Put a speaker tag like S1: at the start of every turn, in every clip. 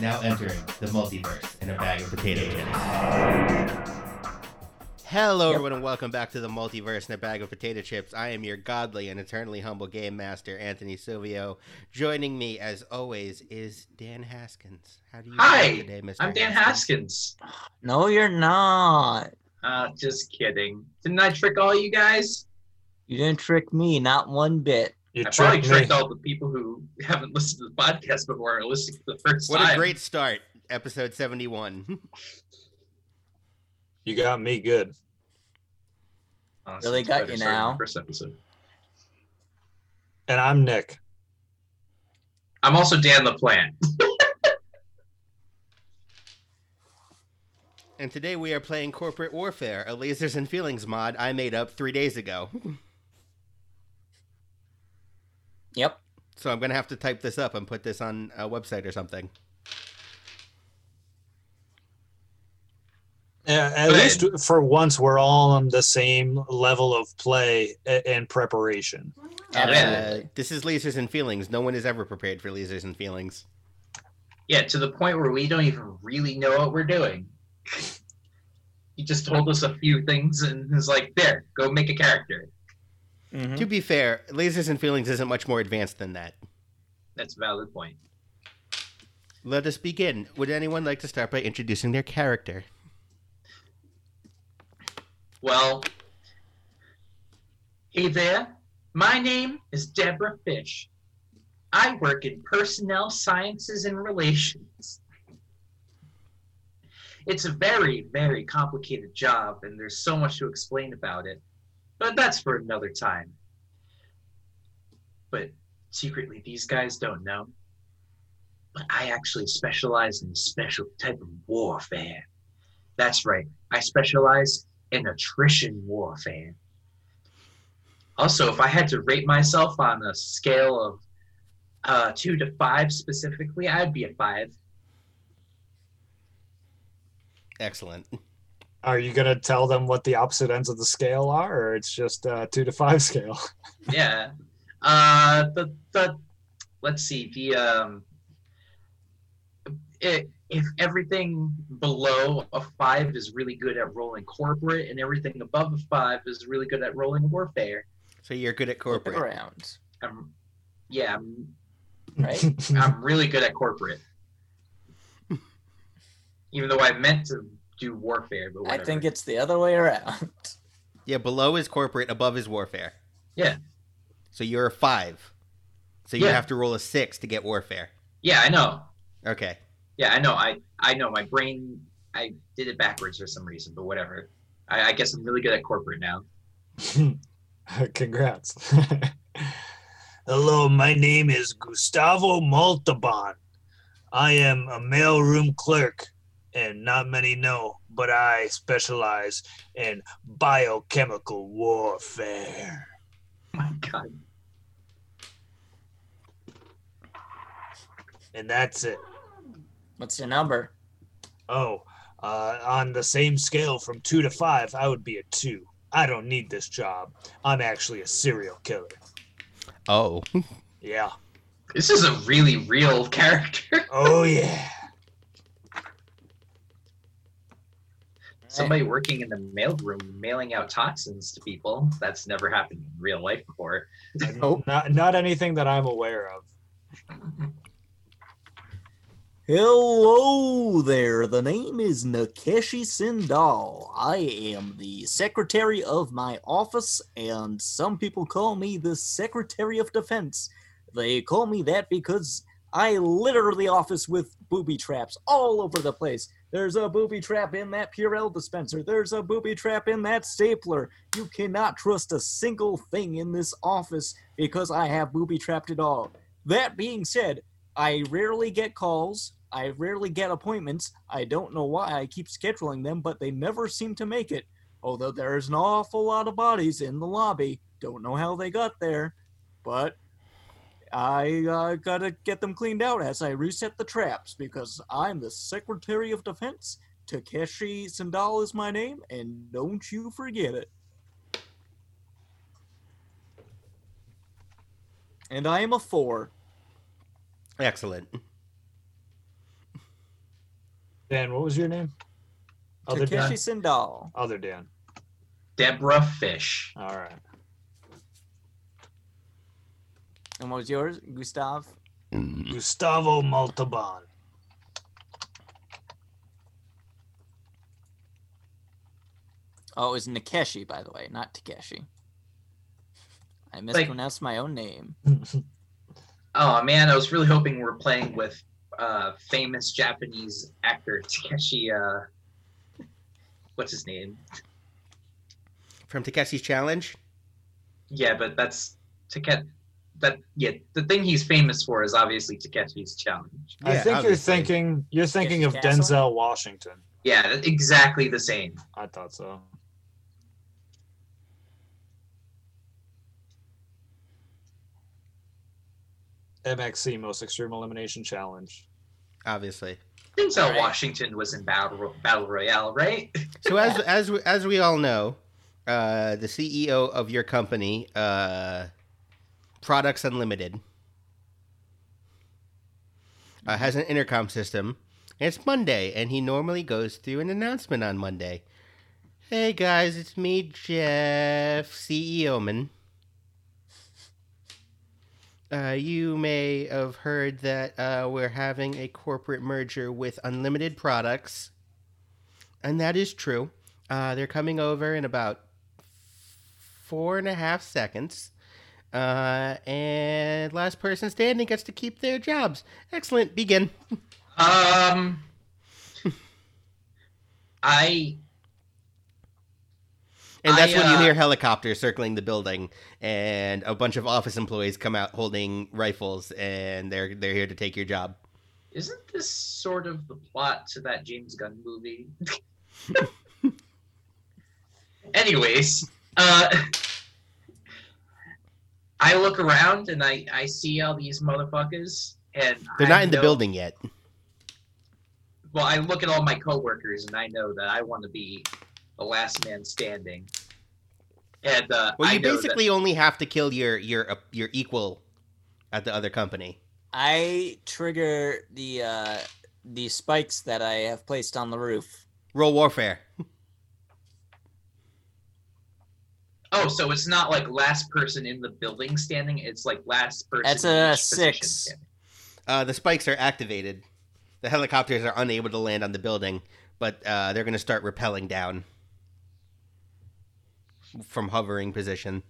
S1: now entering the multiverse in a bag of potato chips. Hello, everyone, and welcome back to the multiverse in a bag of potato chips. I am your godly and eternally humble game master, Anthony Silvio. Joining me, as always, is Dan Haskins. How do you
S2: Hi,
S1: feel today, Mr.
S2: I'm Dan
S1: Haskins?
S2: Haskins.
S3: No, you're not.
S2: Uh, just kidding. Didn't I trick all you guys?
S3: You didn't trick me, not one bit.
S4: You
S2: I probably
S4: tricked
S2: tricked
S4: me.
S2: all the people who haven't listened to the podcast before or listened for the first
S1: What a
S2: time.
S1: great start, episode 71.
S4: You got me good.
S2: Honestly,
S3: Really
S2: it's
S3: got
S2: better
S3: you
S2: starting
S3: now.
S2: the First episode.
S4: And I'm Nick.
S2: I'm also Dan the Plant.
S1: and today we are playing Corporate Warfare, a Lasers and Feelings mod I made up three days ago.
S3: Yep.
S1: So I'm going to have to type this up and put this on a website or something.
S4: Yeah, At
S2: Good.
S4: least for once, we're all on the same level of play a- and preparation.
S1: Uh,
S3: Absolutely.
S1: this is lasers and feelings. No one is ever prepared for lasers and feelings.
S2: Yeah, to the point where we don't even really know what we're doing. he just told us a few things and is like, there, go make a character.
S3: Hmm?
S1: To be fair, lasers and feelings isn't much more advanced than that.
S2: That's a valid point.
S1: Let us begin. Would anyone like to start by introducing their character?
S2: Well, hey there. My name is Deborah Fish. I work in personnel sciences and relations. It's a very, very complicated job, and there's so much to explain about it, but that's for another time. But secretly, these guys don't know. But I actually specialize in a special type of warfare. That's right, I specialize and attrition warfare. Also, if I had to rate myself on a scale of uh, two to five specifically, I'd be a five.
S1: Excellent.
S4: Are you going to tell them what the opposite ends of the scale are, or it's just uh, two to five scale?
S2: Yeah. Uh, the the let's see the um. It, if everything below a five is really good at rolling corporate, and everything above a five is really good at rolling warfare,
S1: So you're good at
S3: Look
S1: corporate.
S3: around.
S2: I'm, yeah, I'm
S3: Right?
S2: I'm really good at corporate. Even though I meant to do warfare, but
S3: I
S2: whatever.
S3: think it's the other way around.
S1: Yeah, below is corporate, above is warfare.
S2: Yeah.
S1: So you're a five. So you
S2: Yeah.
S1: have to roll a six to get warfare.
S2: yeah, I know.
S1: Okay.
S2: Yeah, I know. I I know. My brain, I did it backwards for some reason, but whatever. I, I guess I'm really good at corporate now.
S4: Congrats. Hello, my name is Gustavo Maltaban. I am a mailroom clerk, and not many know, but I specialize in biochemical warfare.
S2: My God,
S4: And that's it.
S3: What's your number?
S4: Oh, uh, on the same scale from two to five, I would be a two. I don't need this job. I'm actually a serial killer.
S1: Oh.
S4: Yeah.
S2: this is a really real character.
S4: Oh, yeah.
S2: Somebody working in the mail room mailing out toxins to people. That's never happened in real life before.
S3: Oh.
S4: Not, not anything that I'm aware of.
S3: Hello there. The name is Nakeshi Sindal. I am the secretary of my office, and some people call me the secretary of defense. They call me that because I litter the office with booby traps all over the place. There's a booby trap in that Purell dispenser. There's a booby trap in that stapler. You cannot trust a single thing in this office because I have booby trapped it all. That being said, I rarely get calls. I rarely get appointments. I don't know why I keep scheduling them, but they never seem to make it. Although there is an awful lot of bodies in the lobby. Don't know how they got there, but I uh, gotta get them cleaned out as I reset the traps because I'm the Secretary of Defense. Takeshi Sandal is my name, and don't you forget it. And I am a four.
S1: Excellent.
S5: Dan, what was your name? Other Dan.
S3: Takeshi Sindal.
S5: Other Dan.
S2: Deborah Fish.
S5: All right.
S3: And what was yours, Gustav?
S4: Mm.
S5: Gustavo Maltaban.
S3: Oh, it was Nikeshi, by the way, not Takeshi. I mispronounced my own name.
S2: Oh man, I was really hoping we were playing with uh, famous Japanese actor Takeshi. Uh, what's his name?
S1: From Takeshi's challenge.
S2: Yeah, but that's Takeshi. That yeah, the thing he's famous for is obviously Takeshi's challenge.
S5: I
S1: Yeah,
S5: think
S1: obviously.
S5: you're thinking you're thinking of
S3: Castle?
S5: Denzel Washington.
S2: Yeah, that- exactly the same.
S5: I thought so. MXC Most Extreme Elimination Challenge.
S1: Obviously.
S2: Denzel
S3: Alright.
S2: Washington was in Battle Ro- Battle Royale, right?
S1: So as as we, as we all know, uh, the CEO of your company, uh, Products Unlimited, uh, has an intercom system. And it's Monday, and he normally goes through an announcement on Monday. Hey guys, it's me, Jeff, CEO man. Uh, you may have heard that uh, we're having a corporate merger with Unlimited Products. And that is true. Uh, they're coming over in about four and a half seconds. Uh, and last person standing gets to keep their jobs. Excellent. Begin.
S2: Um, I
S1: And that's
S2: I,
S1: when you
S2: uh,
S1: hear helicopters circling the building, and a bunch of office employees come out holding rifles, and they're they're here to take your job.
S2: isn't this sort of the plot to that James Gunn movie? Anyways, uh, I look around and I I see all these motherfuckers, and
S1: They're
S2: I
S1: not in the
S2: know-
S1: building yet.
S2: Well, I look at all my coworkers and I know that I want to be the last man standing. And uh,
S1: Well,
S2: I
S1: you
S2: know that-
S1: basically only have to kill your your uh, your equal at the other company.
S3: I trigger the uh, the spikes that I have placed on the roof.
S1: Roll warfare.
S2: Oh, so it's not like last person in the building standing. It's like last person.
S3: That's
S2: in
S3: a
S2: each position
S3: six.
S2: standing.
S1: Uh, the spikes are activated. The helicopters are unable to land on the building, but uh, they're going to start rappelling down from hovering position.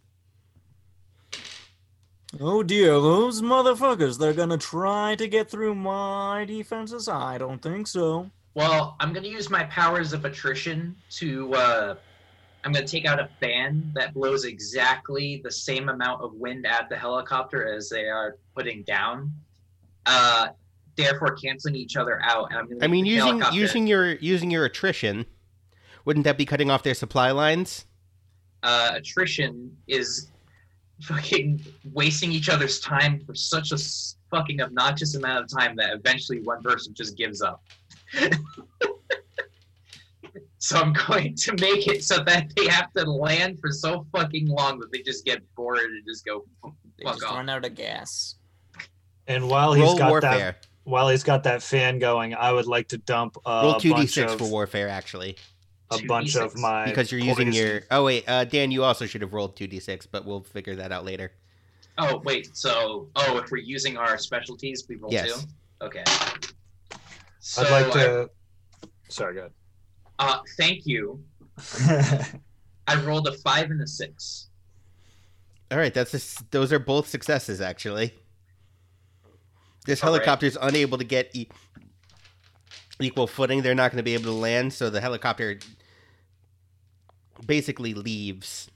S3: Oh dear, those motherfuckers, they're gonna try to get through my defenses? I don't think so.
S2: Well, I'm gonna use my powers of attrition to. Uh, I'm gonna take out a fan that blows exactly the same amount of wind at the helicopter as they are putting down. Uh, therefore, canceling each other out. And I'm gonna
S1: I mean,
S2: make the
S1: using
S2: helicopter-
S1: using your using your attrition, wouldn't that be cutting off their supply lines?
S2: uh, attrition is fucking wasting each other's time for such a s- fucking obnoxious amount of time that eventually one person just gives up. so I'm going to make it so that they have to land for so fucking long that they just get bored and just go.
S3: They
S2: Fuck
S3: just
S2: off.
S3: run out of gas.
S5: And while Oh, he's
S1: Roll
S5: got that
S1: warfare.
S5: while he's got that fan going, I would like to dump uh,
S1: Roll
S5: a
S1: two d
S5: bunch
S1: six
S5: of
S1: for warfare, actually,
S5: a bunch of
S2: 2d6.
S5: my
S1: because you're using
S5: poison-
S1: your. Oh wait, uh, Dan, you also should have rolled two d six, but we'll figure that out later.
S2: Oh wait, so oh, if we're using our specialties, we roll
S1: Yes.
S2: two. Okay. So
S5: I'd like
S2: I-
S5: to. Sorry, go
S2: uh, thank you.
S5: ahead.
S2: I rolled a five and a six.
S1: All right, that's a s those are both successes actually. This
S2: All right.
S1: helicopter is unable to get e- equal footing. They're not going to be able to land, so the helicopter basically leaves.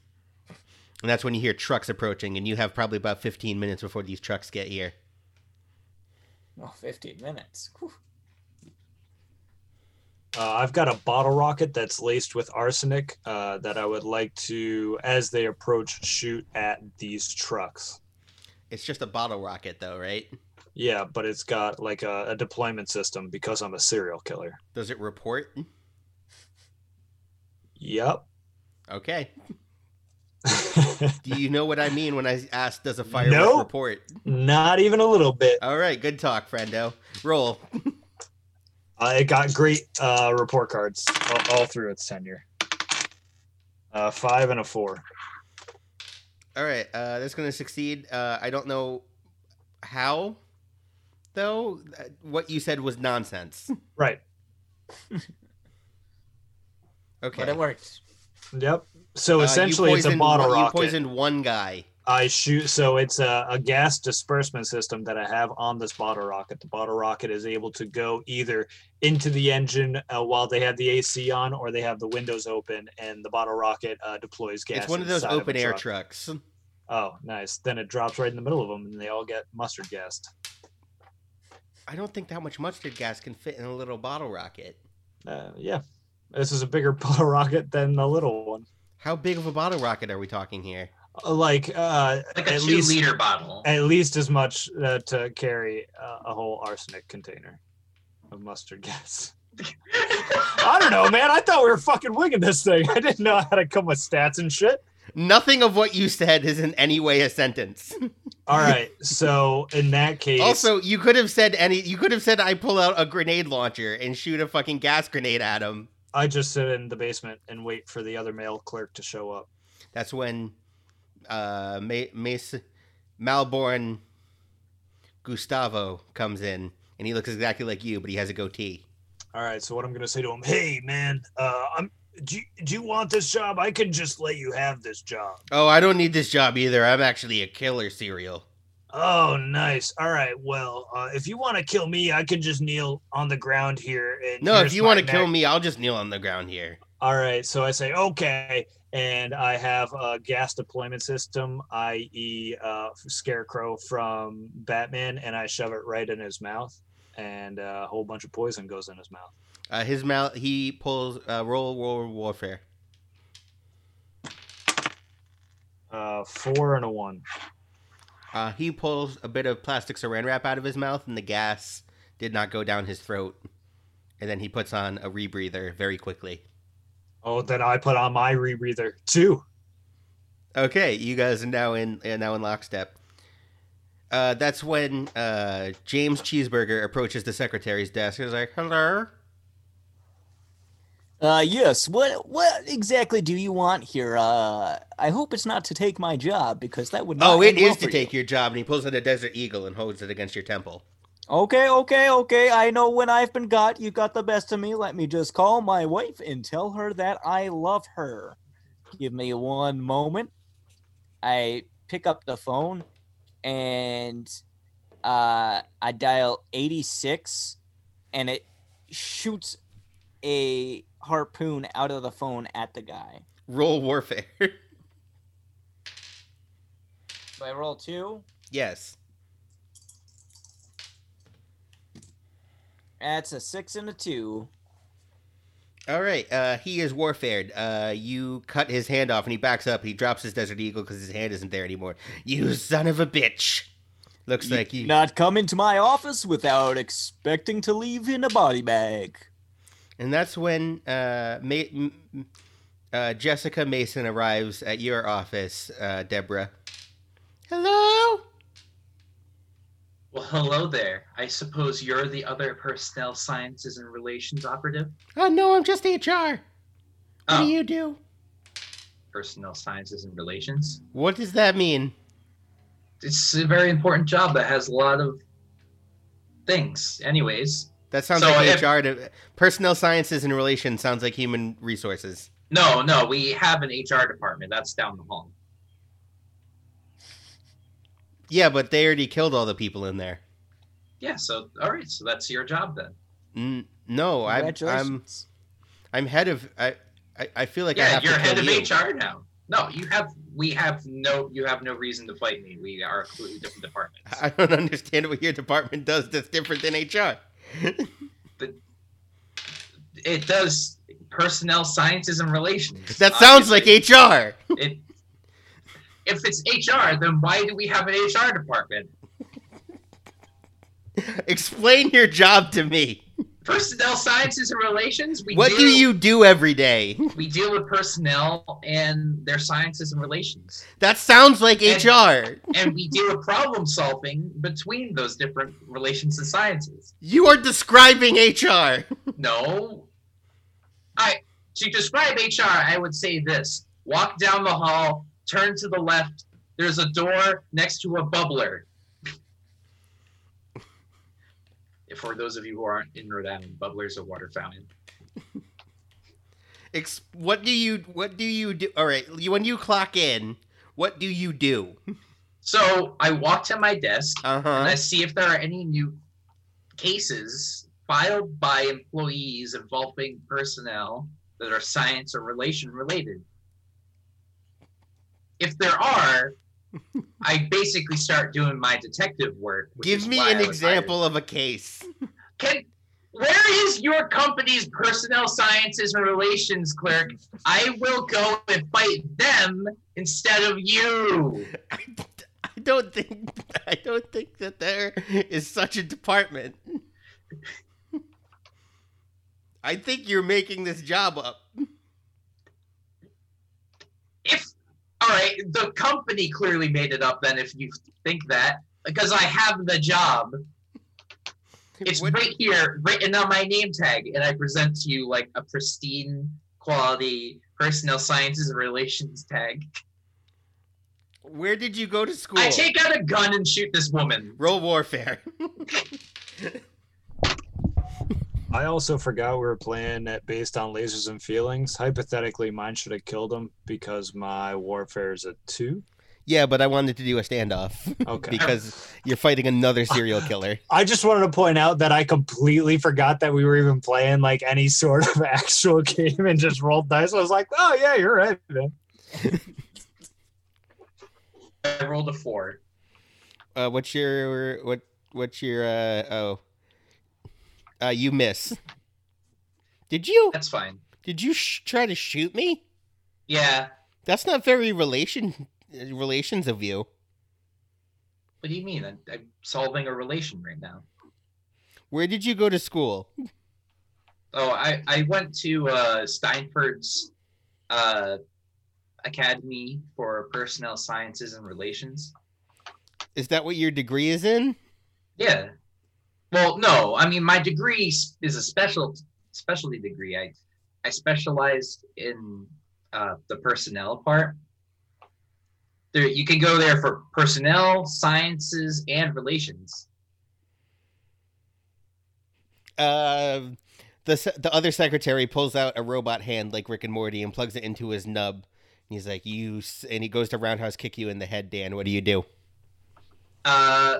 S1: And that's when you hear trucks approaching, and you have probably about 15 minutes before these trucks get here.
S3: Oh, 15 minutes. Whew.
S5: Uh, I've got a bottle rocket that's laced with arsenic uh, that I would like to, as they approach, shoot at these trucks.
S1: It's just a bottle rocket, though, right?
S5: Yeah, but it's got like a, a deployment system because I'm a serial killer.
S1: Does it report?
S5: Yep.
S1: Okay. Do you know what I mean when I ask, does a firework
S5: No.
S1: report?
S5: Not even a little bit.
S1: All right, good talk, friendo. Roll.
S4: Uh, it got great uh, report cards all, all through its tenure. Uh, five and a four.
S1: All right, uh, that's going to succeed. Uh, I don't know how, though. Uh, What you said was nonsense.
S4: Right.
S1: Okay.
S3: But it worked.
S4: Yep. So
S1: Uh, you
S4: essentially, it's a
S1: poisoned
S4: bottle
S1: one-
S4: rocket.
S1: You poisoned one guy.
S4: I shoot. So it's a, a gas disbursement system that I have on this bottle rocket. The bottle rocket is able to go either into the engine uh, while they have the AC on, or they have the windows open, and the bottle rocket uh, deploys gas.
S1: it's one of those
S4: inside a
S1: open air
S4: truck.
S1: trucks.
S4: Oh, nice. Then it drops right in the middle of them, and they all get mustard gassed.
S1: I don't think that much mustard gas can fit in a little bottle rocket.
S4: Uh, yeah, this is a bigger bottle rocket than the little one.
S1: How big of a bottle rocket are we talking here?
S4: Uh, Like uh,
S2: Like a
S4: at
S2: two
S4: least
S2: liter bottle.
S4: at least as much uh, to carry uh, a whole arsenic container of mustard gas. I don't know, man. I thought we were fucking winging this thing. I didn't know how to come with stats and shit.
S1: Nothing of what you said is in any way a sentence.
S4: All right. So in that case,
S1: Also, you could have said any. You could have said I pull out a grenade launcher and shoot a fucking gas grenade at him.
S4: I just sit in the basement and wait for the other mail clerk to show up.
S1: That's when uh, Ma- Mace Malborn Gustavo comes in, and he looks exactly like you, but he has a goatee.
S4: All right. So what I'm gonna say to him? Hey, man. Uh, I'm. Do you, do you want this job? I can just let you have this job.
S1: Oh, I don't need this job either. I'm actually a killer serial.
S4: Oh, nice. All right. Well, uh, if you want to kill me, I can just kneel on the ground here. And
S1: No, if
S4: here's
S1: you
S4: my
S1: want to kill
S4: mag-
S1: me, I'll just kneel on the ground here.
S4: All right, so I say okay, and I have a gas deployment system, i.e., uh, Scarecrow from Batman, and I shove it right in his mouth, and uh, a whole bunch of poison goes in his mouth.
S1: Uh, his mouth. He pulls uh, roll world warfare.
S4: Uh, four and a one.
S1: Uh, he pulls a bit of plastic saran wrap out of his mouth, and the gas did not go down his throat. And then he puts on a rebreather very quickly.
S4: Oh, then I put on my rebreather too.
S1: Okay, you guys are now in are now in lockstep. Uh, that's when uh, James Cheeseburger approaches the secretary's desk and is like, "Hello."
S3: Uh, yes. What what exactly do you want here? Uh, I hope it's not to take my job because that would not.
S1: Oh, it
S3: end well
S1: is to
S3: for
S1: take your job, and he pulls out a Desert Eagle and holds it against your temple.
S3: You. Okay, okay, okay. I know when I've been got. You got the best of me. Let me just call my wife and tell her that I love her. Give me one moment. I pick up the phone, and uh, I dial eighty six, and it shoots a harpoon out of the phone at the guy.
S1: Roll warfare.
S3: Do I roll two?
S1: yes.
S3: That's a six and a two.
S1: All right. Uh, he is warfared. Uh, you cut his hand off, and he backs up. He drops his Desert Eagle because his hand isn't there anymore. You son of a bitch! Looks
S3: You
S1: like you.
S3: Not come into my office without expecting to leave in a body bag.
S1: And that's when uh, Ma- m- m- uh, Jessica Mason arrives at your office, uh, Deborah. Hello?
S2: Well, hello there. I suppose you're the other personnel sciences and relations operative.
S1: Oh, no, I'm just HR. What
S2: Oh,
S1: do you do?
S2: personnel sciences and relations.
S1: What does that mean?
S2: It's a very important job that has a lot of things. Anyways,
S1: That sounds
S2: So
S1: like
S2: if-
S1: HR to personnel sciences and relations sounds like human resources.
S2: no, no, we have an HR department. That's down the hall.
S1: Yeah, but they already killed all the people in there.
S2: Yeah. So, all right. So that's your job then.
S1: N- no, Oh, I'm, I'm
S3: Congratulations.
S1: I'm head of I I, I feel like I
S2: yeah,
S1: have
S2: you're
S1: to
S2: head
S1: kill
S2: of
S1: you.
S2: HR now. No, you have. We have no. You have no reason to fight me. We are a completely different department.
S1: I don't understand what your department does that's different than HR.
S2: It does personnel sciences and relations.
S1: That sounds
S2: obviously.
S1: like HR.
S2: it, if it's HR, then why do we have an HR department?
S1: Explain your job to me.
S2: personnel sciences and relations. We
S1: What do you do every day?
S2: We deal with personnel and their sciences and relations,
S1: That sounds like
S2: And-
S1: HR.
S2: and we deal with problem solving between those different relations and sciences.
S1: You are describing HR.
S2: No, I to describe HR, I would say this: walk down the hall, turn to the left. There's a door next to a bubbler. For those of you who aren't in Rhode Island, bubbler's a water fountain.
S1: Ex- what do you what do you do? All right, you- when you clock in, what do you do?
S2: So I walk to my desk and I
S1: Uh-huh.
S2: see if there are any new cases filed by employees involving personnel that are science or relation related. If there are, I basically start doing my detective work. which
S1: Give
S2: is
S1: me
S2: why
S1: an
S2: I was hired.
S1: example of a case.
S2: Can where is your company's personnel sciences and relations clerk? I will go and fight them instead of you.
S1: I, I don't think I don't think that there is such a department. I think you're making this job up.
S2: if all right, the company clearly made it up then if you think that because I have the job. It's
S1: What-
S2: right here written on my name tag and I present to you like a pristine quality personnel sciences and relations tag.
S1: where did you go to school?
S2: I take out a gun and shoot this woman.
S1: Roll warfare.
S4: I also forgot we were playing it based on lasers and feelings. Hypothetically, mine should have killed him because my warfare is a two.
S1: Yeah, but I wanted to do a standoff
S4: Okay.
S1: because you're fighting another serial killer.
S4: I just wanted to point out that I completely forgot that we were even playing like any sort of actual game and just rolled dice. I was like, oh yeah, you're right, man.
S2: I rolled a four.
S1: Uh, what's your what? What's your uh, oh? Uh, you miss. Did you
S2: That's fine.
S1: did you sh- try to shoot me?
S2: Yeah.
S1: That's not very relation uh, relations of you.
S2: What do you mean? I'm, I'm solving a relation right now.
S1: Where did you go to school?
S2: Oh, I, I went to uh, Steinford's uh, Academy for Personnel Sciences and Relations.
S1: Is that what your degree is in?
S2: Yeah. Well, no, I mean my degree s- is a special specialty degree. I I specialized in uh, the personnel part. There, you can go there for personnel sciences and relations.
S1: Uh, the se- the other secretary pulls out a robot hand like Rick and Morty and plugs it into his nub. And He's like, "You," s-" and he goes to roundhouse kick you in the head, Dan. What do you do?
S2: Uh,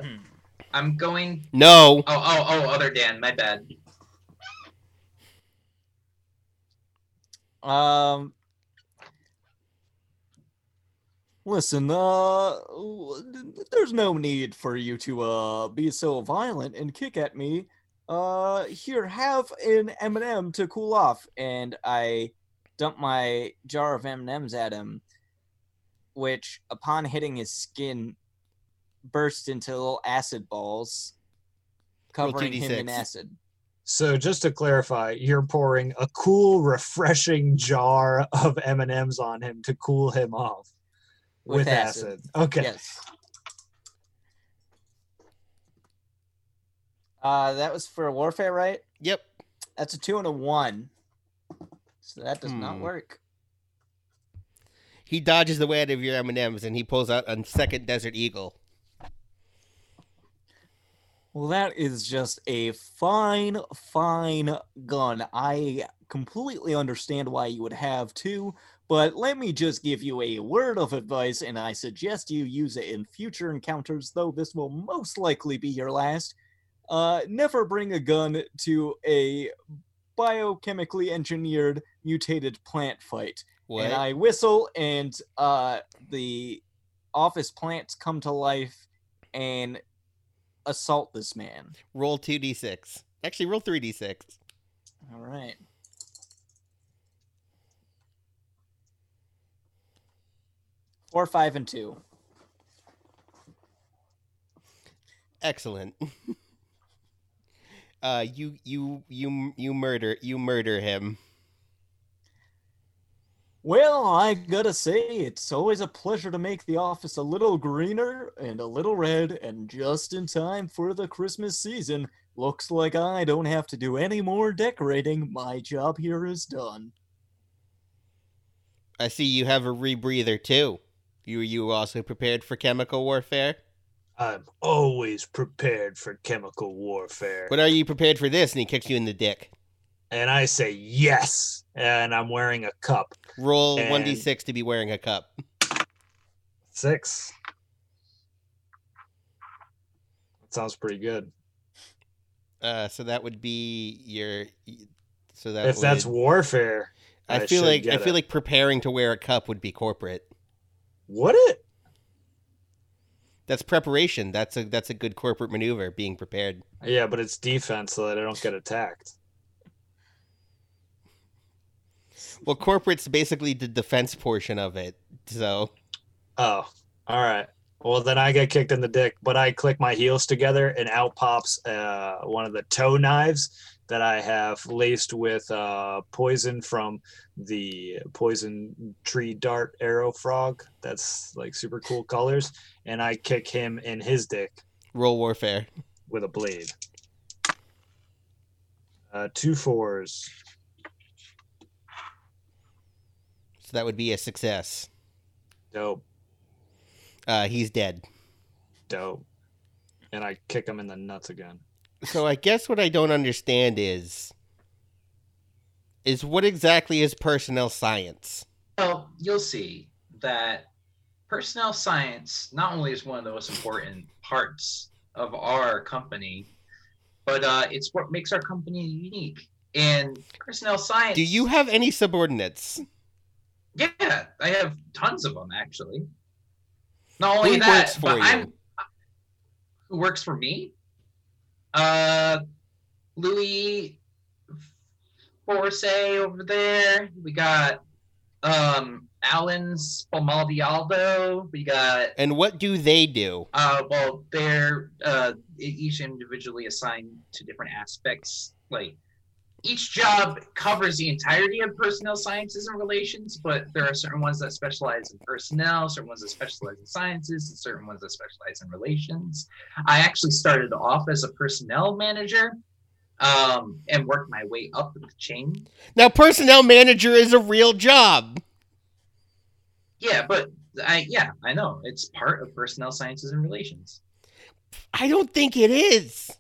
S2: I'm going.
S1: No.
S2: Oh, oh, oh! Other Dan, my bad.
S3: Um, listen, uh, w- there's no need for you to uh be so violent and kick at me. Uh, here, have an M&M to cool off, and I dump my jar of M&Ms at him, which, upon hitting his skin, burst into little acid balls,
S1: Roll
S3: covering him in
S1: 2d6.
S3: acid.
S4: So just to clarify, you're pouring a cool, refreshing jar of M and M's on him to cool him off
S3: With acid.
S4: Okay.
S3: Yes. Uh, that was for warfare, right?
S1: Yep.
S3: That's a two and a one. So that does not
S1: Hmm.
S3: work.
S1: He dodges the way out of your M and M's, and he pulls out a second Desert Eagle.
S3: Well, that is just a fine, fine gun. I completely understand why you would have two, but let me just give you a word of advice, and I suggest you use it in future encounters, though this will most likely be your last. Uh, never bring a gun to a biochemically engineered mutated plant fight.
S1: What?
S3: And I whistle, and uh, the office plants come to life and assault this man.
S1: Roll two d six. Actually, roll three d six.
S3: All right. Four, five, and two.
S1: Excellent. Uh, you you you you murder you murder him.
S3: Well, I gotta say, it's always a pleasure to make the office a little greener and a little red, and just in time for the Christmas season. Looks like I don't have to do any more decorating. My job here is done.
S1: I see you have a rebreather too. You you also prepared for chemical warfare?
S5: I'm always prepared for chemical warfare.
S1: But are you prepared for this? And he kicks you in the dick.
S5: and I say yes, and I'm wearing a cup.
S1: Roll
S5: And-
S1: one d six to be wearing a cup.
S5: Six.
S4: Sounds pretty good.
S1: Uh, so that would be your. So that
S4: if
S1: would,
S4: that's warfare,
S1: I
S4: I
S1: feel
S4: should
S1: like I
S4: get
S1: feel
S4: it.
S1: like preparing to wear a cup would be corporate.
S4: what it?
S1: That's preparation. That's a that's a good corporate maneuver. Being prepared.
S4: Yeah, but it's defense so that I don't get attacked.
S1: Well, corporate's basically the defense portion of it. So
S4: Oh, all right. Well, then I get kicked in the dick, but I click my heels together, and out pops uh, one of the toe knives that I have laced with uh, poison from the poison tree dart arrow frog. That's like super cool colors, and I kick him in his dick
S1: roll warfare.
S4: with a blade. Uh, two fours.
S1: So that would be a success.
S4: Dope,
S1: Uh, he's dead.
S4: dope. And I kick him in the nuts again.
S1: So I guess what I don't understand is is what exactly is personnel science?
S2: Well, you'll see that personnel science not only is one of the most important parts of our company, but uh, it's what makes our company unique. And personnel science.
S1: Do you have any subordinates?
S2: Yeah, I have tons of them actually. Not only
S1: Who
S2: that,
S1: works for
S2: but
S1: you?
S2: I'm. Who works for me? Uh, Louis Forse over there. We got um Alan Spamaldialdo. We got
S1: And what do they do?
S2: uh, well, they're uh, each individually assigned to different aspects. Like each job covers the entirety of personnel sciences and relations, but there are certain ones that specialize in personnel, certain ones that specialize in sciences, and certain ones that specialize in relations. I actually started off as a personnel manager um, and worked my way up the chain.
S1: Now personnel manager is a real job.
S2: Yeah, but I yeah I know it's part of personnel sciences and relations.
S1: I don't think it is.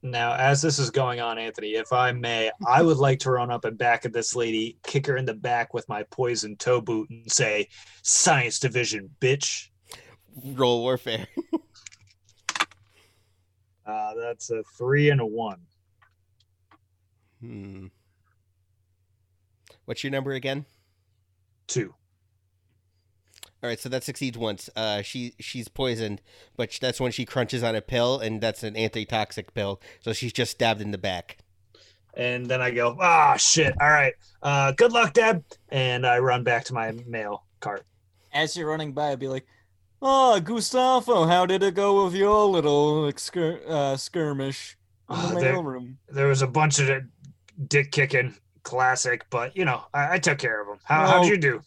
S4: Now, as this is going on, Anthony, if I may, I would like to run up and back at this lady, kick her in the back with my poison toe boot, and say, Science Division, bitch.
S1: Roll warfare.
S4: Uh, that's a three and a one.
S1: Hmm. What's your number again?
S4: Two.
S1: All right, so that succeeds once. Uh, she she's poisoned, but sh- that's when she crunches on a pill, and that's an antitoxic pill. So she's just stabbed in the back.
S4: And then I go, Ah, shit. All right. Uh, good luck, Deb. And I run back to my mail cart.
S3: As you're running by, I'd be like, "Ah, Gustavo, how did it go with your little excur- uh, skirmish in the
S4: Oh, there-
S3: mailroom?"
S4: There was a bunch of dick kicking, classic, but, you know, I, I took care of them. How,
S3: No.
S4: How'd you do?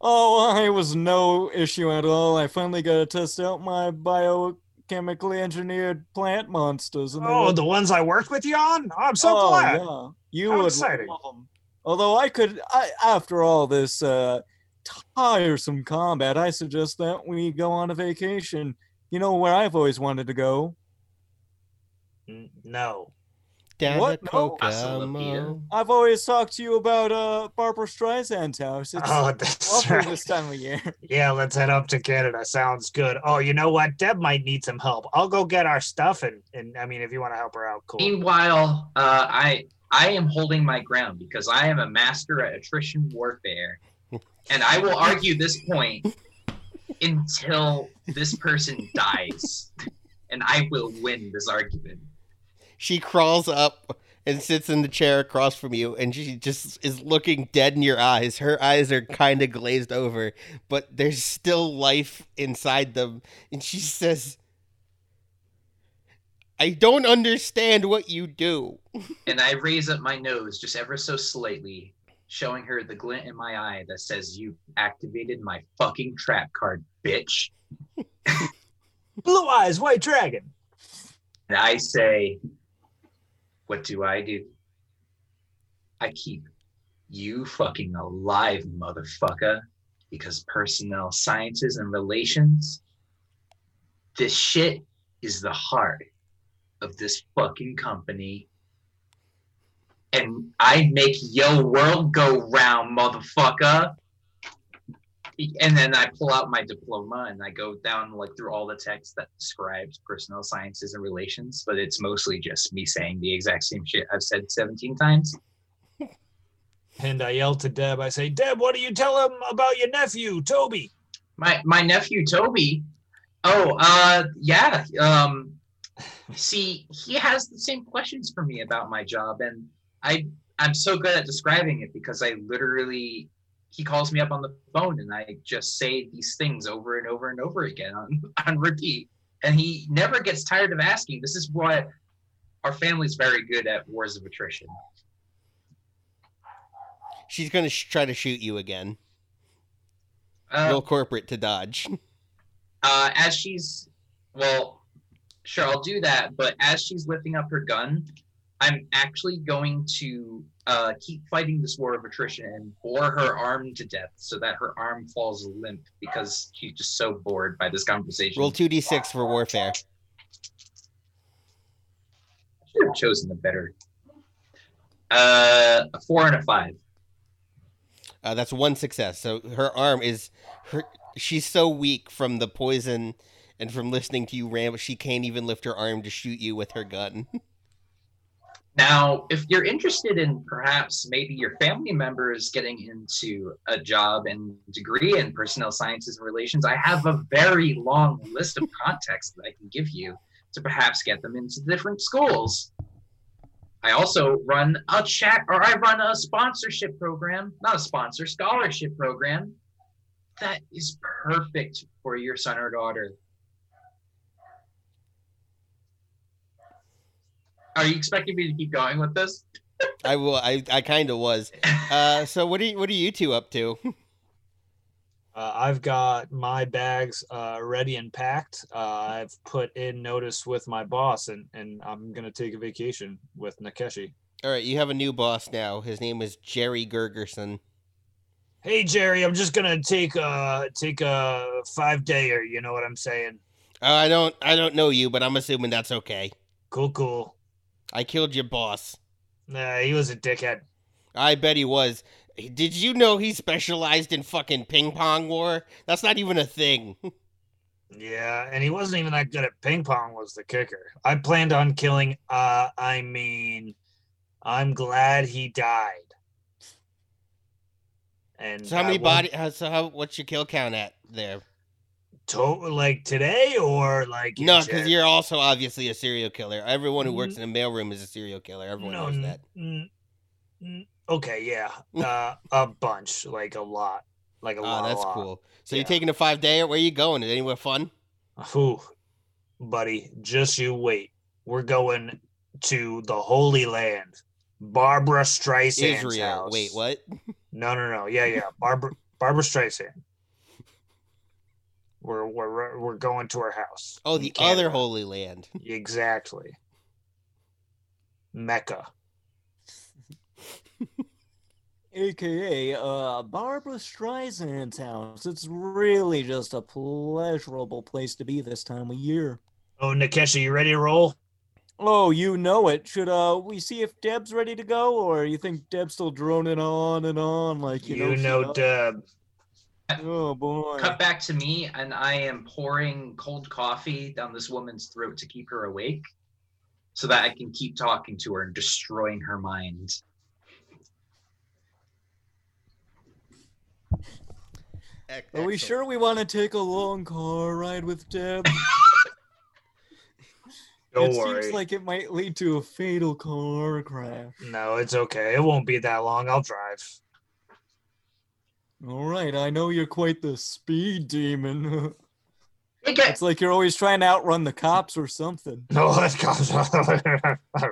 S3: Oh, I was no issue at all. I finally got to test out my biochemically engineered plant monsters. And they
S4: Oh,
S3: look-
S4: the ones I worked with you on? I'm so
S3: Oh,
S4: glad.
S3: yeah. You
S4: How
S3: would
S4: exciting.
S3: love 'em. Although I could, I, after all this uh, tiresome combat, I suggest that we go on a vacation. You know where I've always wanted to go?
S4: N- No.
S1: Down
S3: What?
S1: at
S3: No.
S1: Kokomo.
S3: I've always talked to you about uh, Barbara Streisand's house. It's
S4: oh, that's
S3: lovely
S4: right.
S3: this time of year.
S4: Yeah, let's head up to Canada. Sounds good. Oh, you know what? Deb might need some help. I'll go get our stuff and and I mean, if you want to help her out, cool.
S2: Meanwhile, uh, I I am holding my ground because I am a master at attrition warfare, and I will argue this point until this person dies, and I will win this argument.
S1: She crawls up and sits in the chair across from you, and she just is looking dead in your eyes. Her eyes are kind of glazed over, but there's still life inside them. And she says, I don't understand what you do.
S2: and I raise up my nose just ever so slightly, showing her the glint in my eye that says, You activated my fucking trap card, bitch.
S4: Blue eyes, white dragon.
S2: And I say, What do I do? I keep you fucking alive, motherfucker, because personnel sciences and relations, this shit is the heart of this fucking company. And I make your world go round, motherfucker. And then I pull out my diploma and I go down like through all the text that describes personnel sciences and relations, but it's mostly just me saying the exact same shit I've said 17 times.
S4: And I yell to Deb, I say, Deb, what do you tell him about your nephew, Toby?
S2: My my nephew Toby. Oh, uh yeah. Um see, he has the same questions for me about my job and I I'm so good at describing it because I literally he calls me up on the phone and I just say these things over and over and over again on, on repeat. And he never gets tired of asking. This is what our family's very good at wars of attrition.
S1: She's gonna sh- try to shoot you again.
S2: Uh,
S1: Real corporate to dodge.
S2: uh, as she's well sure i'll do that but as she's lifting up her gun i'm actually going to uh, keep fighting this war of attrition and bore her arm to death so that her arm falls limp because she's just so bored by this conversation
S1: Roll two d six for warfare.
S2: i should have chosen a better uh, a four and a five
S1: Uh, that's one success. So her arm is her. She's so weak from the poison and from listening to you ramble. She can't even lift her arm to shoot you with her gun.
S2: Now, if you're interested in perhaps maybe your family members getting into a job and degree in personnel sciences and relations, I have a very long list of contacts that I can give you to perhaps get them into different schools. I also run a chat or I run a sponsorship program, not a sponsor, scholarship program that is perfect for your son or daughter. Are you expecting me to keep going with this?
S1: I will. I, I kind of was. Uh, so what are you, what are you two up to?
S4: Uh, I've got my bags uh, ready and packed. Uh, I've put in notice with my boss, and, and I'm going to take a vacation with Nakeshi.
S1: All right, you have a new boss now. His name is Jerry Gergerson.
S4: Hey, Jerry, I'm just going to take a, take a five dayer. You know what I'm saying?
S1: Uh, I don't I don't know you, but I'm assuming that's okay.
S4: Cool, cool.
S1: I killed your boss.
S4: Nah, he was a dickhead.
S1: I bet he was. Did you know he specialized in fucking ping pong war? That's not even a thing.
S4: Yeah, and he wasn't even that good at ping pong was the kicker. I planned on killing uh I mean I'm glad he died. And
S1: So how
S4: I
S1: many
S4: won't
S1: body? How, so how? What's your kill count at there?
S4: to- like today or like in
S1: No, because
S4: gen-
S1: you're also obviously a serial killer. Everyone who works in a mailroom is a serial killer. Everyone
S4: no,
S1: knows
S4: n-
S1: that.
S4: n- n- okay, yeah. Uh a bunch, like a lot. Like a lot.
S1: Oh,
S4: a
S1: that's
S4: lot.
S1: cool. So
S4: Yeah.
S1: you're taking a five day. Where are you going? Is anywhere fun?
S4: Whew, buddy, just you wait. We're going to the Holy Land. Barbara Streisand's
S1: Israel.
S4: house.
S1: Wait, what?
S4: No, no, no. Yeah, yeah. Barbara, Barbara Streisand. We're we're we're going to her house.
S1: Oh,
S4: in
S1: the
S4: Canada.
S1: other holy land.
S4: Exactly. Mecca.
S3: aka uh, Barbara Streisand's house. It's really just a pleasurable place to be this time of year.
S4: Oh, Nakeshi, you ready to roll?
S3: Oh, you know it. Should uh, we see if Deb's ready to go, or you think Deb's still droning on and on like you,
S4: You, know,
S3: she-
S4: Deb.
S3: Oh boy.
S2: cut back to me and i am pouring cold coffee down this woman's throat to keep her awake so that i can keep talking to her and destroying her mind
S3: Are we
S1: Excellent.
S3: sure we want to take a long car ride with Deb?
S4: Don't
S3: it
S4: worry.
S3: seems like it might lead to a fatal car crash.
S4: no, it's okay. It won't be that long. I'll drive.
S3: All right, I know you're quite the speed demon.
S2: Hey, guy,
S3: It's like you're always trying to outrun the cops or something.
S5: No, that comes.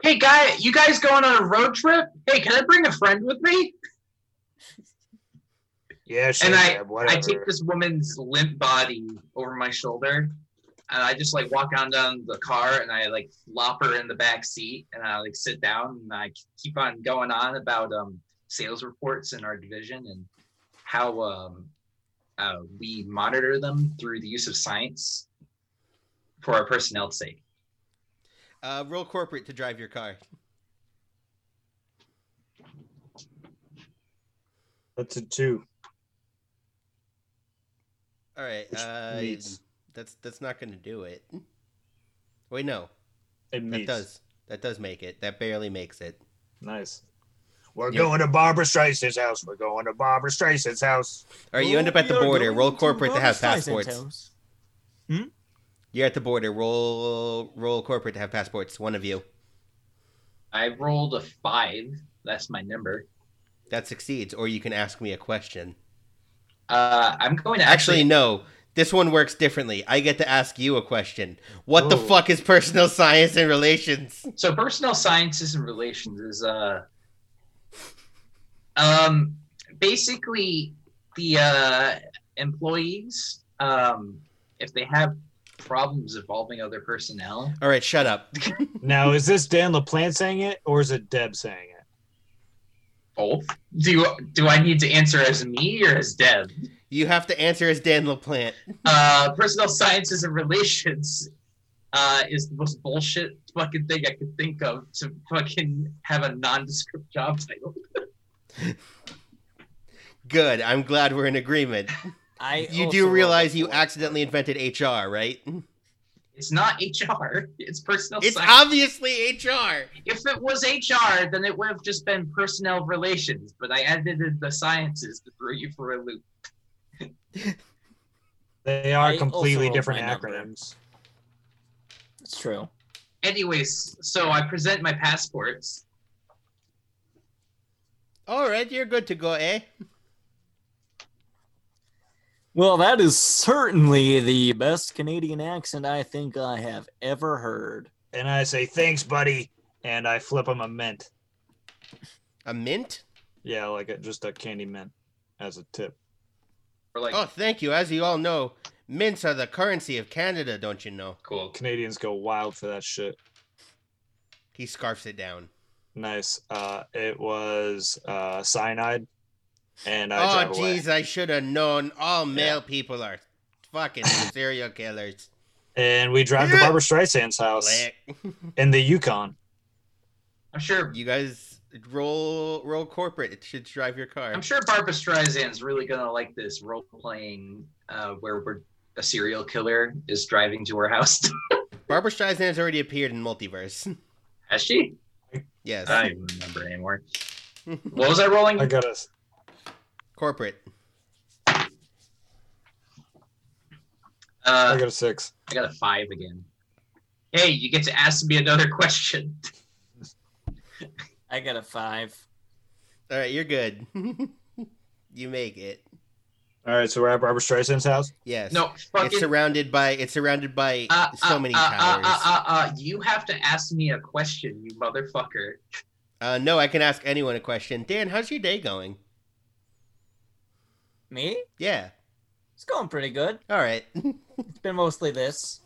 S2: hey, guy, you guys going on a road trip? Hey, can I bring a friend with me?
S5: yeah, sure.
S2: And
S5: yeah,
S2: I
S5: whatever.
S2: take this woman's limp body over my shoulder, and I just like walk on down the car, and I like flop her in the back seat, and I like sit down, and I keep on going on about um sales reports in our division and how um uh, we monitor them through the use of science for our personnel's sake.
S1: Uh, roll corporate to drive your car.
S4: That's a two.
S1: All right.
S4: Which
S1: Uh,
S4: means-
S1: That's that's not going to do it. Wait, no,
S4: It
S1: that
S4: meets.
S1: does that does make it. That barely makes it.
S4: Nice.
S5: We're
S1: Yeah.
S5: going to Barbara Streisand's house. We're going to Barbara Streisand's house.
S1: All right, you
S3: Well,
S1: end up at
S3: we
S1: the
S3: are
S1: border.
S3: going
S1: Roll
S3: to
S1: corporate to have
S3: Barbra Streisand
S1: passports.
S3: house.
S1: You're at the border. Roll roll corporate to have passports. One of you
S2: I rolled a five. That's my number.
S1: that succeeds, or you can ask me a question.
S2: Uh, I'm going to
S1: Actually,
S2: actually
S1: no. This one works differently. I get to ask you a question. What the
S4: Oh.
S1: fuck is personal science and relations?
S2: So personnel sciences and relations is uh um basically the uh employees um if they have problems involving other personnel
S1: All right, shut up.
S4: Now, is this Dan LaPlante saying it or is it Deb saying it?
S2: both do do I need to answer as me or as Deb?
S1: You have to answer as Dan LaPlante.
S2: Uh personnel sciences and relations uh is the most bullshit fucking thing I could think of to fucking have a nondescript job title.
S1: Good. I'm glad we're in agreement.
S3: I
S1: You
S3: also
S1: do realize
S3: rolled a
S1: you
S3: four.
S1: accidentally invented HR, right?
S2: It's not HR. It's personnel
S1: It's
S2: science.
S1: obviously HR.
S2: if it was HR, then it would have just been personnel relations, but I edited the sciences to throw you for a loop.
S4: They are
S3: I
S4: completely
S3: also rolled
S4: different
S3: my number.
S4: acronyms.
S3: It's true.
S2: Anyways, so I present my passports.
S1: All right, you're good to go, eh?
S3: Well, that is certainly the best Canadian accent I think I have ever heard.
S4: And I say, thanks, buddy. And I flip him a mint.
S1: A mint?
S4: Yeah, like a, just a candy mint as a tip.
S2: We're like,
S1: Oh, thank you. As you all know, mints are the currency of Canada, don't you know?
S2: cool.
S4: Canadians go wild for that shit.
S1: He scarfs it down.
S4: Nice. Uh, it was uh, cyanide. And I
S1: Oh,
S4: drive away.
S1: jeez, I should have known. All male people are fucking serial killers.
S4: And we drive to
S1: Yeah.
S4: Barbara Streisand's house
S1: Blech.
S4: in the Yukon.
S2: I'm sure.
S1: You guys roll roll corporate. It should drive your car.
S2: I'm sure Barbara Streisand's really gonna like this role playing uh, where we're a serial killer is driving to her house.
S1: Barbara Streisand's already appeared in Multiverse.
S2: Has she?
S1: yes.
S2: I don't even remember anymore. What was I rolling?
S4: I got a
S1: corporate.
S4: I
S2: Uh,
S4: got a six.
S2: I got a five again. Hey, you get to ask me another question.
S3: I got a five.
S1: All right, you're good. you make it.
S4: All right, so we're at Barbara Streisand's house.
S1: Yes.
S2: No,
S1: It's
S2: fucking
S1: surrounded by it's surrounded by
S2: Uh,
S1: so
S2: uh,
S1: many
S2: uh, uh,
S1: towers.
S2: uh, uh, uh, you have to ask me a question, you motherfucker.
S1: Uh, no, I can ask anyone a question. Dan, how's your day going?
S3: Me?
S1: Yeah.
S3: It's going pretty good.
S1: All right.
S3: It's been mostly this.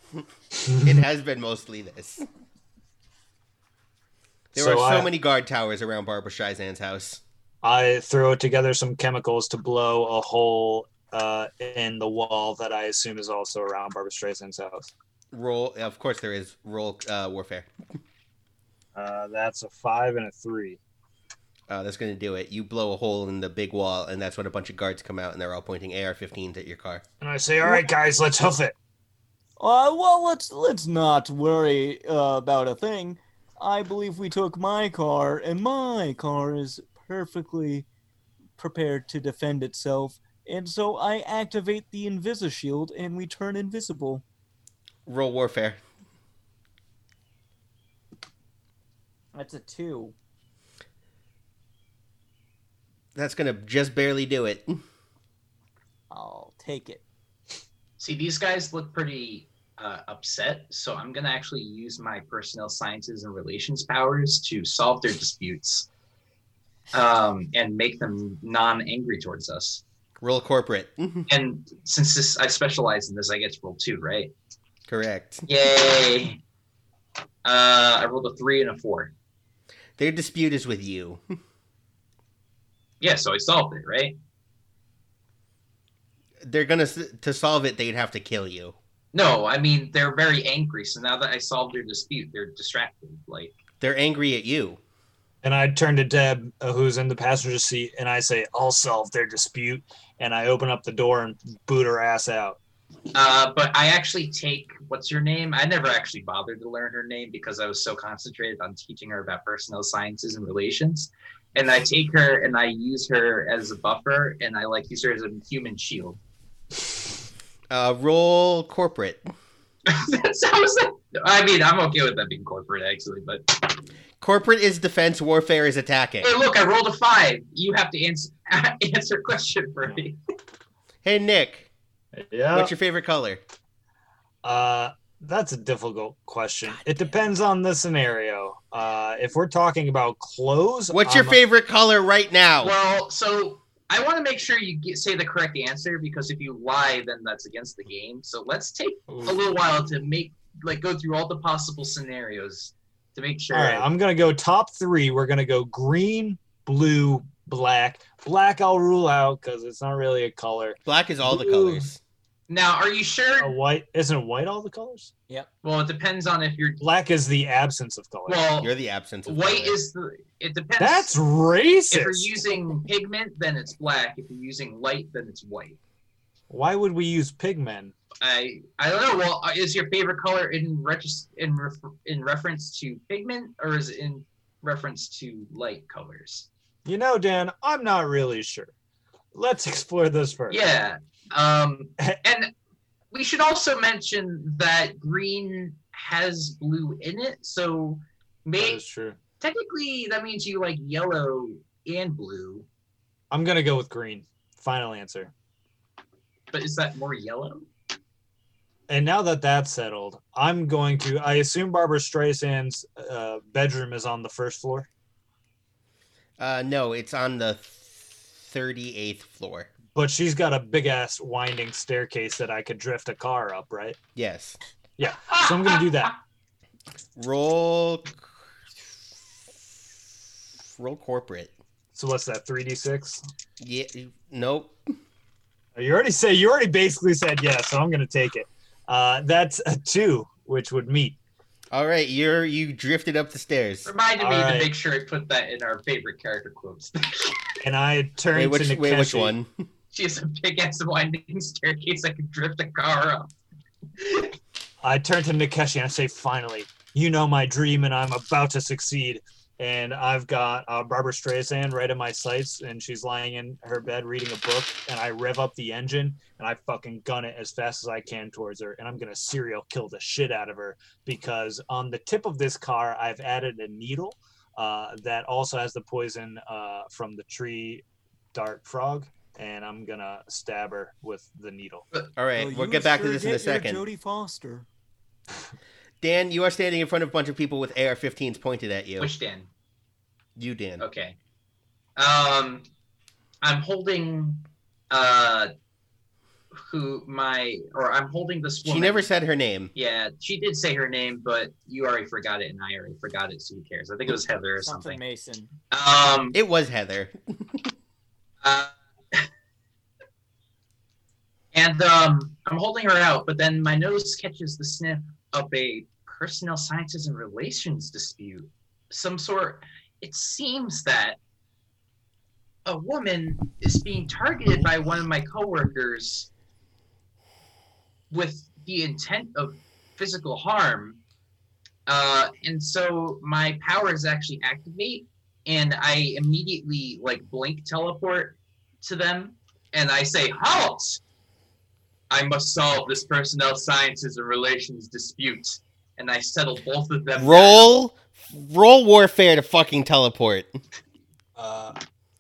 S1: it has been mostly this. There
S4: So
S1: are so
S4: I-
S1: many guard towers around Barbara Streisand's house.
S4: I throw together some chemicals to blow a hole uh, in the wall that I assume is also around Barbara Streisand's house.
S1: Roll, of course, there is roll uh, warfare.
S4: Uh, that's a five and a three.
S1: Uh, that's going to do it. You blow a hole in the big wall, and that's when a bunch of guards come out, and they're all pointing AR-15s at your car.
S4: And I say, all right, guys, let's hoof it.
S3: Uh, well, let's let's not worry uh, about a thing. I believe we took my car, and my car is perfectly prepared to defend itself. And so I activate the Invisa Shield, and we turn invisible.
S1: Roll warfare.
S3: That's a two.
S1: That's going to just barely do it.
S3: I'll take it.
S2: See, these guys look pretty uh, upset, so I'm gonna actually use my personnel sciences and relations powers to solve their disputes um, and make them non-angry towards us.
S1: Roll corporate.
S2: And since this, I specialize in this, I get to roll two, right?
S1: Correct.
S2: Yay! Uh, I rolled a three and a four.
S1: Their dispute is with you.
S2: Yeah, so I solved it, right?
S1: They're gonna s- to solve it. They'd have to kill you.
S2: No, I mean they're very angry. So now that I solved their dispute, they're distracted. Like,
S1: They're angry at you.
S4: And I turn to Deb, uh, who's in the passenger seat, and I say, I'll solve their dispute. And I open up the door and boot her ass out.
S2: uh, but I actually take what's your name? I never actually bothered to learn her name because I was so concentrated on teaching her about personnel sciences and relations. And I take her and I use her as a buffer, and I like use her as a human shield.
S1: Uh, roll corporate.
S2: That's how is that? I mean, I'm okay with that being corporate actually, but
S1: Corporate is defense. Warfare is attacking.
S2: hey, look, I rolled a five. You have to answer answer a question for me.
S1: Hey Nick,
S4: Yeah.
S1: what's your favorite color?
S4: Uh, that's a difficult question. It depends on the scenario. Uh, if we're talking about clothes, um,
S1: What's your
S4: I'm-
S1: favorite color right now?
S2: Well, so I want to make sure you get, say the correct answer because if you lie, then that's against the game. So let's take a little while to make like go through all the possible scenarios to make sure.
S4: All right, I'm gonna go top three. We're gonna go green, blue, black. Black, I'll rule out because it's not really a color.
S1: Black is all the
S4: Ooh.
S1: colors.
S2: now, are you sure?
S4: A white isn't white all the colors.
S2: Well, it depends on if you're.
S4: Black is the absence of color.
S2: Well,
S1: You're the absence of
S2: white
S1: color.
S2: is the. It depends.
S4: that's
S2: if you're
S4: racist.
S2: using pigment, then it's black. If you're using light, then it's white.
S4: Why would we use pigmen?
S2: I I don't know. Well, uh, is your favorite color in regis- in ref- in reference to pigment, or is it in reference to light colors?
S4: You know, Dan, I'm not really sure. Let's explore this first.
S2: Yeah. Um, and we should also mention that green has blue in it, so
S4: that
S2: may-
S4: is true.
S2: technically that means you like yellow and blue.
S4: I'm gonna go with green. Final answer.
S2: But is that more yellow?
S4: And now that that's settled, I'm going to. I assume Barbara Streisand's uh, bedroom is on the first floor.
S1: Uh, no, it's on the thirty-eighth floor.
S4: but she's got a big ass winding staircase that I could drift a car up, right?
S1: Yes.
S4: So I'm gonna do that.
S1: Roll. c- Roll corporate.
S4: So what's that? Three d six? Oh,
S1: Yeah. Nope.
S4: You already say you already basically said yes, so I'm gonna take it. Uh, that's a two, which would meet.
S1: All right, you're you drifted up the stairs.
S2: Reminded me
S4: Alright.
S2: to make sure I put that in our favorite character quotes.
S4: And I turn
S1: Wait, which
S4: to Nikeshi.
S1: wait, which one?
S2: she has a big ass winding staircase I could drift a car up.
S4: I turn to Nikeshi and I say, "Finally, you know my dream, and I'm about to succeed." And I've got uh, Barbara Streisand right in my sights, and she's lying in her bed reading a book. And I rev up the engine, and I fucking gun it as fast as I can towards her. And I'm gonna serial kill the shit out of her because on the tip of this car, I've added a needle uh, that also has the poison uh, from the tree dart frog. And I'm gonna stab her with the needle.
S1: All right,
S3: Well,
S1: we'll
S3: you
S1: get back to
S3: sure
S1: this in
S3: get
S1: a
S3: your
S1: second.
S3: Jodie Foster.
S1: Dan, you are standing in front of a bunch of people with AR-15s pointed at you.
S2: Which Uh, Dan?
S1: you, Dan.
S2: Okay. Um, I'm holding uh, who my or I'm holding this
S1: She
S2: woman.
S1: never said her name.
S2: Yeah, she did say her name, but you already forgot it, and I already forgot it. So who cares? I think it was Heather or
S3: Something
S2: something.
S3: Mason.
S2: Um,
S1: It was Heather.
S2: uh, and um, I'm holding her out, but then my nose catches the sniff of a personnel sciences and relations dispute. Some sort. It seems that a woman is being targeted by one of my coworkers with the intent of physical harm. Uh, and so my powers actually activate, and I immediately like blink teleport to them, and I say, "Halt! I must solve this personnel sciences and relations dispute." And I settle both of them.
S1: Roll, roll warfare to fucking teleport.
S4: uh,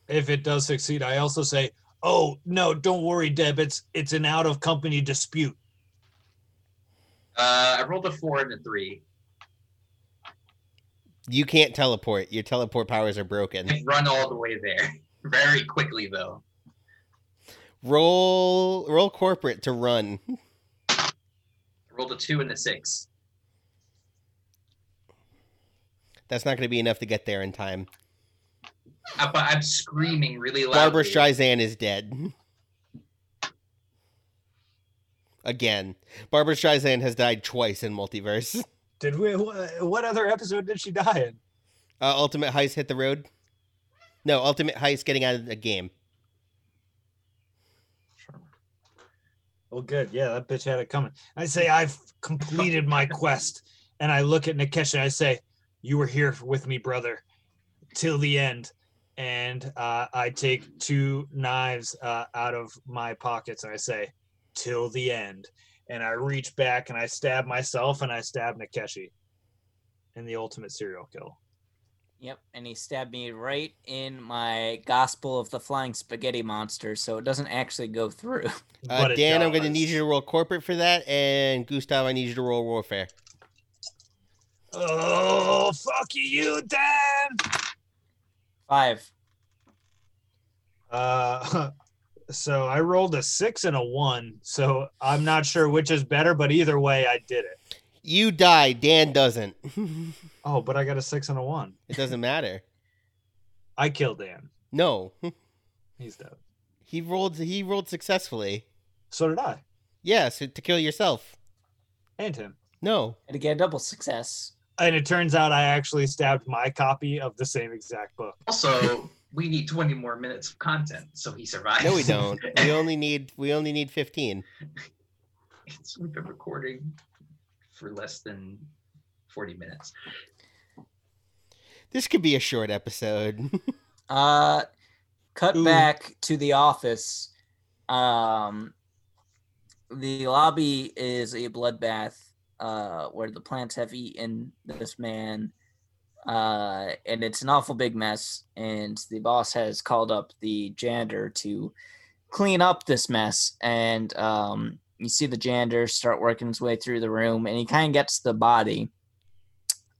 S4: if it does succeed, I also say, "Oh no, don't worry, Deb. It's it's an out of company dispute."
S2: Uh, I rolled a four and a three.
S1: You can't teleport. Your teleport powers are broken.
S2: I run all the way there very quickly though.
S1: Roll roll corporate to run.
S2: I rolled a two and a six.
S1: That's not going to be enough to get there in time.
S2: I, Uh, but I'm screaming really loud.
S1: Barbara Streisand is dead. Again, Barbara Streisand has died twice in multiverse.
S4: Did we? wh- What other episode did she die in?
S1: Uh, Ultimate Heist hit the road. No, Ultimate Heist getting out of the game.
S4: Well, good. Yeah, that bitch had it coming. I say, I've completed my quest. And I look at Nikesh and I say, You were here with me, brother, till the end. And uh, I take two knives uh, out of my pockets and I say, Till the end. And I reach back and I stab myself and I stab Nikeshi in the ultimate serial kill.
S3: Yep, and he stabbed me right in my Gospel of the Flying Spaghetti Monster, so it doesn't actually go through.
S1: Uh,
S4: But it
S1: Dan, I'm going to
S4: does.
S1: need you to roll corporate for that, and Gustav, I need you to roll warfare.
S4: Oh, fuck you, Dan.
S3: Five.
S4: Uh, so I rolled a six and a one. So I'm not sure which is better, but either way, I did it.
S1: You die. Dan doesn't.
S4: Oh, but I got a six and a one.
S1: it doesn't matter.
S4: I killed Dan.
S1: No,
S4: He's dead.
S1: he rolled. He rolled successfully.
S4: So did I
S1: Yes, to kill yourself.
S4: and him.
S1: No.
S3: And to get a double success.
S4: And it turns out I actually stabbed my copy of the same exact book.
S2: Also, we need 20 more minutes of content, so he survives.
S1: No, we don't. we only need we only need fifteen.
S2: It's- We've been recording for less than 40 minutes.
S1: This could be a short episode.
S3: Uh, cut
S4: Ooh.
S3: back to the office. Um, the lobby is a bloodbath uh, where the plants have eaten this man. Uh, and it's an awful big mess. And the boss has called up the janitor to clean up this mess. And um, you see the janitor start working his way through the room and he kind of gets the body.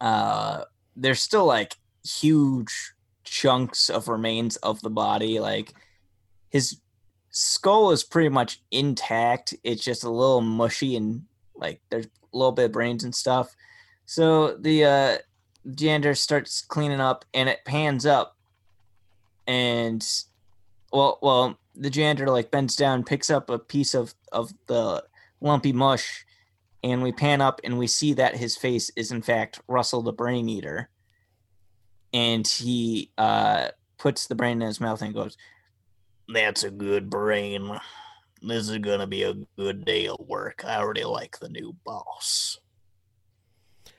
S3: Uh, there's still like huge chunks of remains of the body. Like his skull is pretty much intact. It's just a little mushy and like there's a little bit of brains and stuff. So the uh janitor starts cleaning up and it pans up and well well the janitor like bends down, picks up a piece of of the lumpy mush and we pan up and we see that his face is in fact Russell the brain eater and he uh, puts the brain in his mouth and goes, "That's a good brain. This is gonna be a good day of work. I already like the new boss."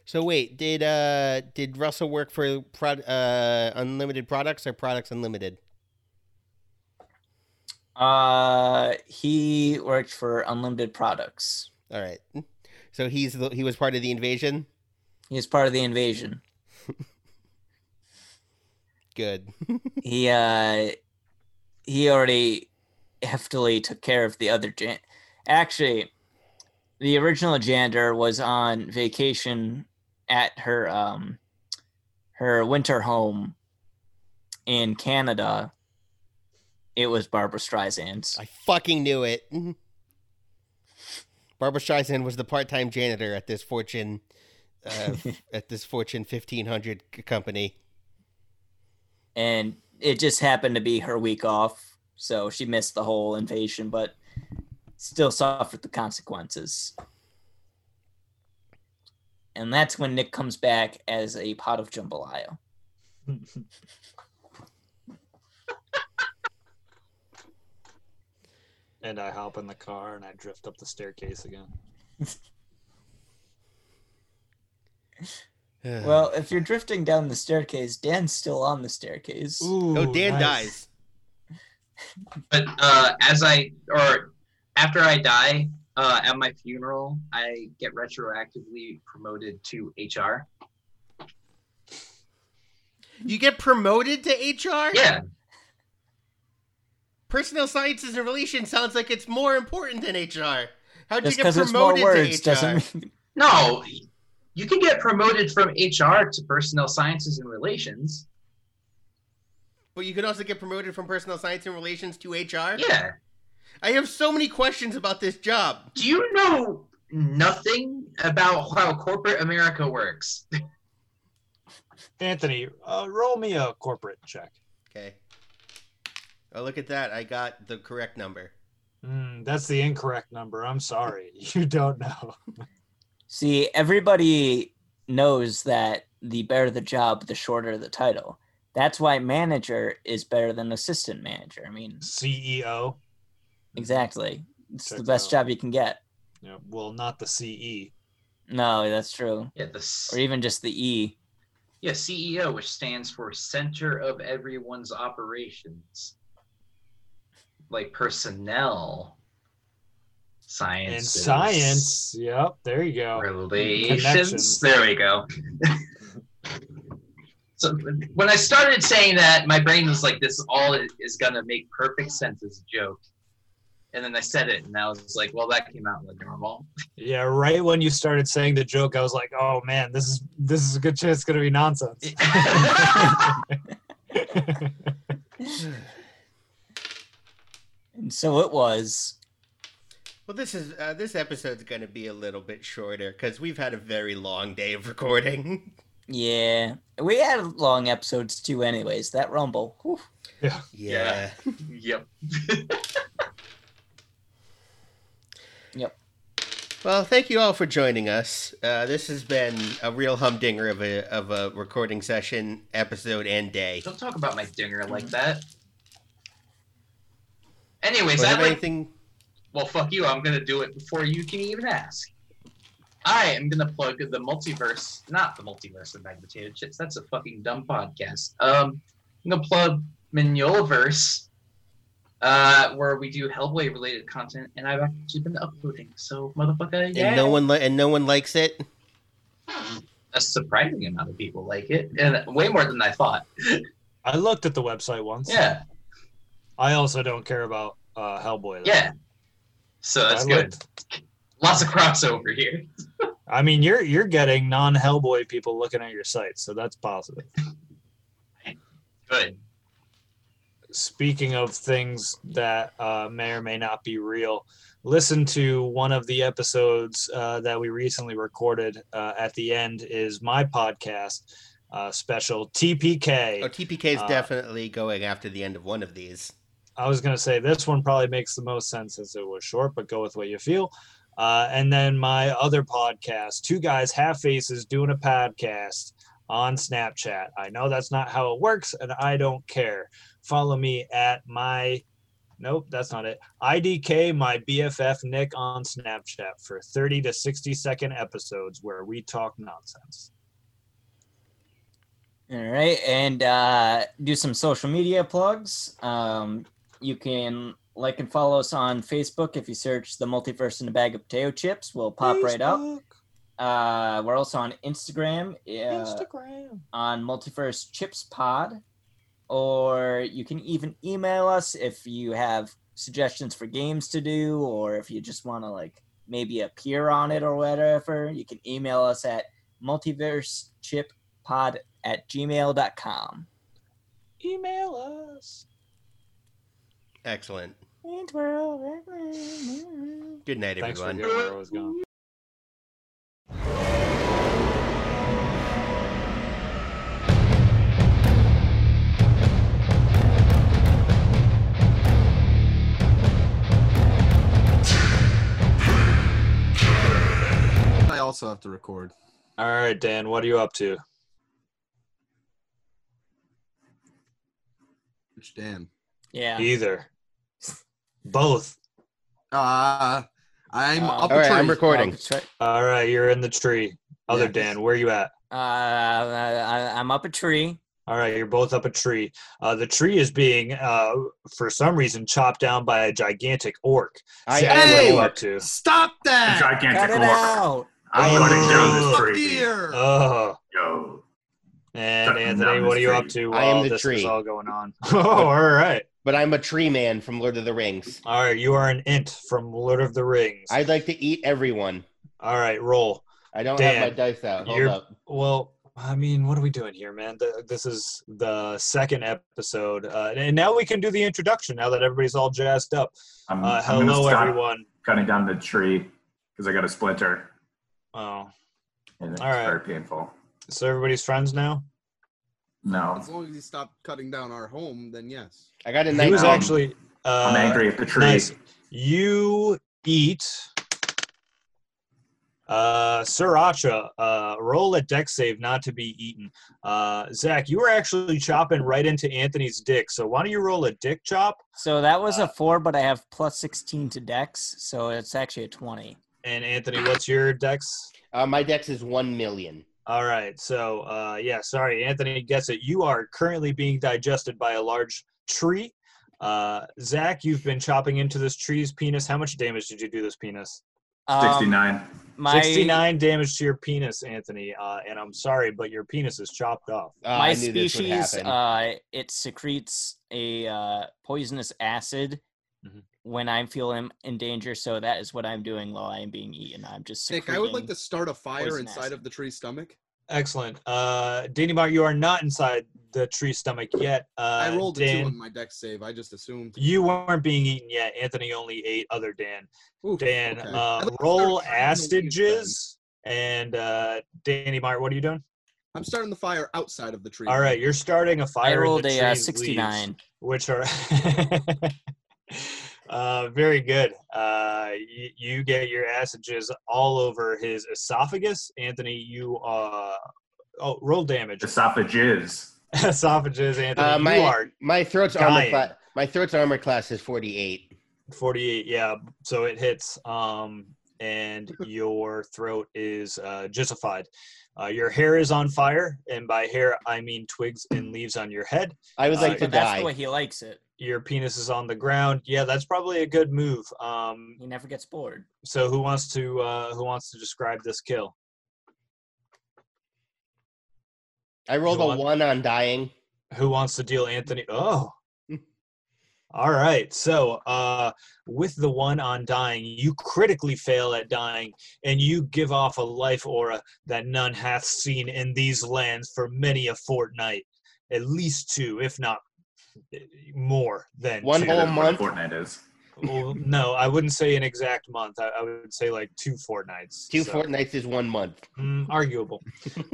S1: so wait, did uh did Russell work for prod, uh unlimited products or products unlimited?
S3: Uh, he worked for Unlimited Products.
S1: All right. So he's the, he was part of the invasion.
S3: He was part of the invasion.
S1: Good.
S3: He uh, he already heftily took care of the other jan. Actually, the original Jander was on vacation at her um her winter home in Canada. It was Barbara Streisand's.
S1: I fucking knew it. Barbara Streisand was the part-time janitor at this Fortune uh, at this Fortune 1500 c- company.
S3: and it just happened to be her week off, so she missed the whole invasion, but still suffered the consequences. And that's when Nick comes back as a pot of jambalaya.
S4: And I hop in the car and I drift up the staircase again.
S3: Well, if you're drifting down the staircase, Dan's still on the staircase.
S4: Ooh,
S1: oh, Dan dies.
S4: nice.
S2: But uh, as I, or after I die, uh, at my funeral, I get retroactively promoted to HR.
S1: You get promoted to HR?
S2: Yeah,
S1: Personnel sciences and relations sounds like it's more important than HR. How'd
S3: Just
S1: you get
S3: because it's more
S1: promoted
S3: words
S1: to HR?
S3: doesn't mean
S2: No, Oh, you can get promoted from HR to personnel sciences and relations.
S1: But you could also get promoted from personal science and relations to HR.
S2: Yeah.
S1: I have so many questions about this job.
S2: Do you know nothing about how corporate America works?
S4: Anthony, uh, roll me a corporate check.
S1: Okay. Oh, look at that. I got the correct number.
S4: Mm, that's the incorrect number. I'm sorry. You don't know.
S3: See, everybody knows that the better the job, the shorter the title. That's why manager is better than assistant manager. I mean,
S4: CEO.
S3: exactly. It's the
S4: Checks
S3: best
S4: out.
S3: job you can get.
S4: Yeah, well, not the E. CE.
S3: No, that's true.
S2: Yeah, the s-
S3: Or even just the E.
S2: yeah, CEO, which stands for Center of Everyone's Operations, like personnel, science,
S4: And science. Yep, there you go.
S2: relations.
S4: Connections.
S2: There we go. so when I started saying that, my brain was like, "This all i- is gonna make perfect sense as a joke," and then I said it, and I was like, "Well, that came out like normal."
S4: Yeah, right when you started saying the joke, I was like, "Oh man, this is this is a good chance. It's gonna be nonsense."
S3: And so it was.
S1: Well, this is uh, this episode's going to be a little bit shorter because we've had a very long day of recording.
S3: Yeah. We had long episodes too, anyways. That Rumble. Whew.
S2: Yeah. yep.
S1: Well, thank you all for joining us. Uh, this has been a real humdinger of a of a recording session, episode, and day.
S2: Don't talk about my dinger like that. Anyways,
S1: Was
S2: I
S1: there
S2: like
S1: anything?
S2: Well, fuck you. I'm gonna do it before you can even ask. I am gonna plug the multiverse, not the multiverse of Bag Potato Chips. That's a fucking dumb podcast. Um, I'm gonna plug Mignolverse, uh, where we do Hellblade related content, and I've actually been uploading. So, motherfucker, yeah.
S1: And no one li- and no one likes it.
S2: A surprising amount of people like it, and way more than I thought.
S4: I looked at the website once.
S2: Yeah,
S4: I also don't care about uh, Hellboy. though.
S2: yeah. So that's
S4: I
S2: good.
S4: looked.
S2: Lots of crossover here.
S4: I mean, you're you're getting non-Hellboy people looking at your site, so that's positive.
S2: Good.
S4: Speaking of things that uh, may or may not be real, listen to one of the episodes uh, that we recently recorded. Uh, at the end is my podcast uh, special TPK.
S1: Oh, TPK is
S4: Uh,
S1: definitely going after the end of one of these.
S4: I was going to say this one probably makes the most sense since it was short, but go with what you feel. Uh, and then my other podcast, Two Guys Half Faces Doing a Podcast on Snapchat. I know that's not how it works, and I don't care. Follow me at my, nope, that's not it. IDK, my BFF Nick on Snapchat for 30 to 60 second episodes where we talk nonsense.
S3: All right, and uh, do some social media plugs. Um, you can like and follow us on Facebook if you search the multiverse in a bag of potato chips. We'll pop right up. Uh, we're also on Instagram uh,
S4: Instagram.
S3: on multiverse chips pod, or you can even email us if you have suggestions for games to do, or if you just want to like maybe appear on it or whatever. You can email us at multiverse chip pod at gmail.com.
S4: Email us.
S1: Excellent.
S3: And we're all-
S1: Good night,
S4: Thanks for
S1: everyone.
S4: getting where I was going.
S6: I also have to record.
S4: All right, Dan, what are you up to?
S6: Which Dan?
S3: Yeah.
S4: Either. Both.
S6: Uh, I'm
S3: Um,
S6: up a
S1: All right,
S6: tree.
S1: I'm recording.
S4: All right, you're in the tree. Other
S6: Yes.
S4: Dan, where you at?
S3: Uh, I, I'm up a tree.
S4: All right, you're both up a tree. Uh, the tree is being, uh, for some reason, chopped down by a gigantic orc.
S1: I,
S4: Sam,
S1: I
S4: what are
S6: Hey!
S4: you
S1: am
S4: up to?
S6: Stop
S7: A
S6: that!
S3: Cut
S7: gigantic
S3: it
S7: orc.
S3: out.
S7: I'm
S4: Oh,
S7: gonna
S6: Oh,
S7: kill this tree.
S6: dear.
S4: Oh,
S7: Yo.
S4: and
S7: Cutting
S4: Anthony,
S7: down
S4: what
S7: the
S4: are you up
S7: tree.
S4: to
S1: I
S4: while
S1: am the
S4: this
S1: tree.
S4: is all going on? Oh, all right.
S1: but I'm a tree man from Lord of the Rings.
S4: All right, you are an int from Lord of the Rings.
S1: I'd like to eat everyone.
S4: All right, roll.
S1: I don't
S4: Dan,
S1: have my dice out. Hold
S4: you're-
S1: up.
S4: Well, I mean, what are we doing here, man? Th this is the second episode, uh, and now we can do the introduction. Now that everybody's all jazzed up.
S7: I'm,
S4: Uh,
S7: Mm, I'm gonna
S4: hello,
S7: stop
S4: everyone.
S7: cutting down the tree because I got a splinter
S4: Oh,
S7: and it's
S4: All right.
S7: very painful.
S4: so everybody's friends now.
S7: No,
S4: Uh,
S6: As long as you stop cutting down our home, then yes.
S1: I got a
S4: He was
S1: 19.
S7: Um,
S4: actually. Uh,
S7: I'm angry at the tree.
S4: nice. You eat. Uh, sriracha. Uh, roll a deck save not to be eaten. Uh, Zach, you were actually chopping right into Anthony's dick. So why don't you roll a dick chop?
S3: So that was
S4: Uh,
S3: a four, but I have plus 16 to dex, so it's actually a 20.
S4: And Anthony, what's your dex?
S1: Uh, my dex is 1 million.
S4: All right. So, uh, yeah, sorry, Anthony gets it. You are currently being digested by a large tree. Uh, Zach, you've been chopping into this tree's penis. How much damage did you do this penis?
S3: Um,
S7: 69.
S3: My,
S4: 69 damage to your penis, Anthony. Uh, and I'm sorry, but your penis is chopped off.
S1: Uh,
S3: my
S1: I knew this would
S3: species,
S1: happen.
S3: uh, it secretes a uh, poisonous acid
S4: Mhm.
S3: when I feel I'm in danger, so that is what I'm doing while I am being eaten. I'm just secreting.
S6: Nick, I would like to start a fire
S3: poison
S6: inside
S3: acid.
S6: of the tree's stomach.
S4: Excellent. Uh, Danny Bar, you are not inside the tree stomach yet. Uh,
S6: I rolled a
S4: Dan,
S6: two on my deck save. I just assumed.
S4: You weren't being eaten yet. Anthony only ate other Dan.
S6: Oof,
S4: Dan,
S6: okay. I
S4: uh,
S6: thought I
S4: roll
S6: started cutting the leaves then.
S4: astages. And uh, Danny Mart, what are you doing?
S6: I'm starting the fire outside of the tree.
S4: All right, you're starting a
S3: I
S4: fire. in
S3: rolled
S4: the
S3: a uh,
S4: tree's
S3: 69.
S4: leaves, which are uh, very good. Uh, you, you get your astages all over his esophagus. Anthony, you uh, oh roll damage.
S7: Esophages.
S4: Esophages, Anthony.
S1: Uh,
S4: you
S1: my,
S4: are
S1: my throat's armor
S4: dying.
S1: cla- my throat's armor class is 48.
S4: 48 yeah so it hits um and your throat is uh justified uh, your hair is on fire and by hair i mean twigs and leaves on your head
S1: I would
S4: Uh,
S1: like to
S3: But that's
S1: die.
S3: the way he likes it.
S4: your penis is on the ground yeah that's probably a good move um
S3: He never gets bored.
S4: so who wants to uh who wants to describe this kill
S1: I rolled
S4: You
S1: a
S4: want-
S1: 1 on dying.
S4: who wants to deal anthony oh all right so uh with the one on dying you critically fail at dying and you give off a life aura that none hath seen in these lands for many a fortnight at least two if not eh, more than
S1: One
S4: two.
S1: whole
S7: Negative what
S1: month.
S7: Fortnite is.
S4: Well, no i wouldn't say an exact month i, I would say like two fortnights
S1: Two
S4: so.
S1: fortnights is 1 month.
S4: Mm, arguable.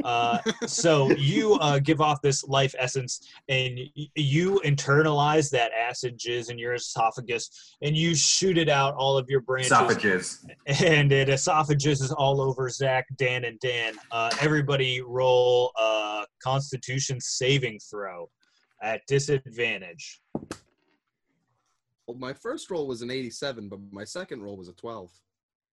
S4: uh, so you uh, give off this life essence, and y- you internalize that acid jizz in your esophagus, and you shoot it out all of your branches,
S7: Esophages.
S4: and it esophagus is all over Zach, Dan, and Dan. Uh, everybody roll uh, Constitution saving throw at disadvantage.
S6: Well, my first roll was an 87, but my second roll was a 12.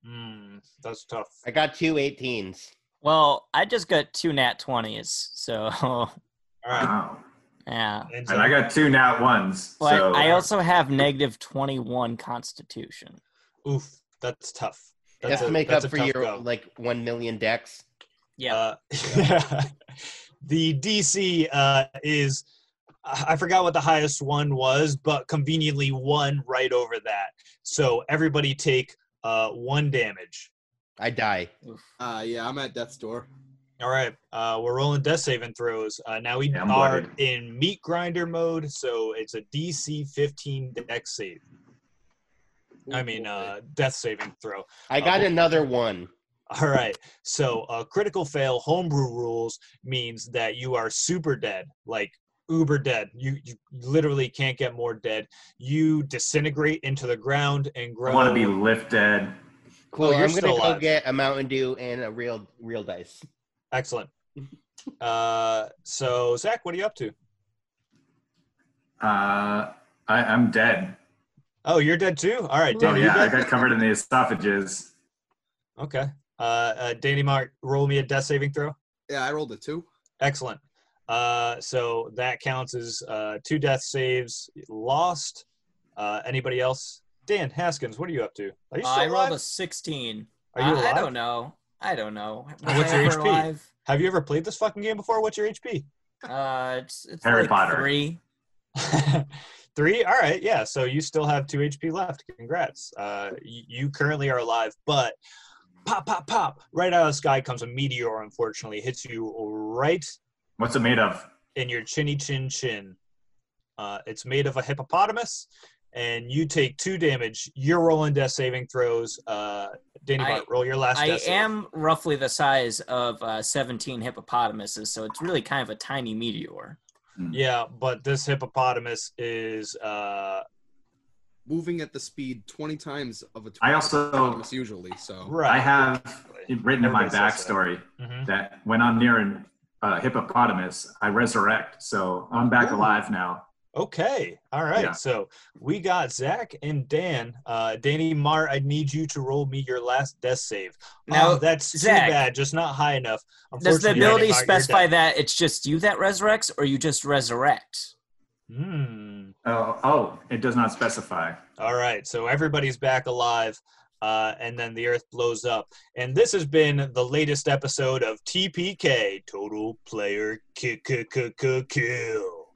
S4: Mm, that's tough.
S1: I got two 18s.
S3: Well, I just got two nat 20s, so
S4: All right.
S7: Wow.
S3: yeah.
S4: And so-
S7: And I got two nat ones.
S3: But
S7: so
S3: I also have negative 21 constitution.
S4: Uh, oof, that's tough. That's
S1: Just
S4: a-
S1: to make
S4: that's
S1: up
S4: a
S1: for
S4: tough
S1: your
S4: go.
S1: like 1 million decks.
S3: Yeah.
S4: Uh, the DC uh, is, I I forgot what the highest one was, but conveniently one right over that. So everybody take uh, one damage.
S1: I die.
S6: Uh, yeah, I'm at death's door.
S4: All right, uh, we're rolling death saving throws. Uh, now we
S7: Yeah, I'm
S4: are
S7: bloodied.
S4: in meat grinder mode, so it's a DC 15 dex save. I mean, uh, death saving throw.
S1: I got
S4: Oh.
S1: another one.
S4: All right. So uh, critical fail homebrew rules means that you are super dead, like uber dead. You, you literally can't get more dead. You disintegrate into the ground and
S7: I
S4: grow.
S7: want to be lifted.
S1: Cool.
S4: you're
S1: I'm gonna
S4: still
S1: go
S4: alive.
S1: get a Mountain Dew and a real real dice.
S4: Excellent. Uh, so Zach, what are you up to?
S7: Uh, I, I'm dead.
S4: Oh, you're dead too. All right,
S7: Oh,
S4: Danny,
S7: yeah.
S4: you
S7: I
S4: dead?
S7: got covered in the esophages.
S4: Okay. Uh, uh, Danny Mart, roll me a death saving throw.
S6: Yeah, I rolled a 2.
S4: Excellent. Uh, so that counts as uh, two death saves lost. Uh, anybody else? Dan Haskins, what are you up to? Are you still
S3: I
S4: alive?
S3: rolled a 16.
S4: are you
S3: I-
S4: alive?
S3: I don't know. I don't know.
S4: And
S3: Was
S4: what's
S3: I
S4: your
S3: ever
S4: HP?
S3: alive?
S4: Have you ever played this fucking game before? What's your HP?
S3: Uh, it's, it's
S7: Harry
S3: like
S7: Potter.
S3: Three.
S4: Three. All right. Yeah. So you still have two HP left. Congrats. Uh, y- you currently are alive, but pop, pop, pop. Right out of the sky comes a meteor, unfortunately, hits you right
S7: What's it made of?
S4: in your chinny chin chin. Uh, it's made of a hippopotamus, and you take two damage. You're rolling death saving throws. Uh, Danny
S3: I-
S4: Bart, roll your last
S3: I
S4: death save.
S3: am roughly the size of uh, 17 hippopotamuses, so it's really kind of a tiny meteor.
S4: Yeah, but this hippopotamus is uh,
S6: Moving at the speed 20 times of a
S7: I also-
S6: autonomous usually, so.
S4: right.
S7: Oh, I have written in my
S4: Everybody says that.
S7: backstory
S4: Mhm.
S7: that when I'm near an uh, hippopotamus, I resurrect. So I'm back
S6: Ooh.
S7: alive now.
S4: Okay. All right.
S7: Yeah.
S4: So we got Zach and Dan. Uh, Danny Mar, I need you to roll me your last death save.
S3: Now,
S4: oh, that's
S3: Zach,
S4: too bad. Just not high enough.
S3: does the
S4: Unfortunately, Danny
S3: ability
S4: Mar, you're
S3: specify
S4: dead.
S3: that it's just you that resurrects, or you just resurrect?
S4: Hmm.
S7: Oh, oh, it does not specify.
S4: All right, so everybody's back alive, uh, and then the Earth blows up. And this has been the latest episode of TPK Total Player Kick Kick Kick Kick, Kill.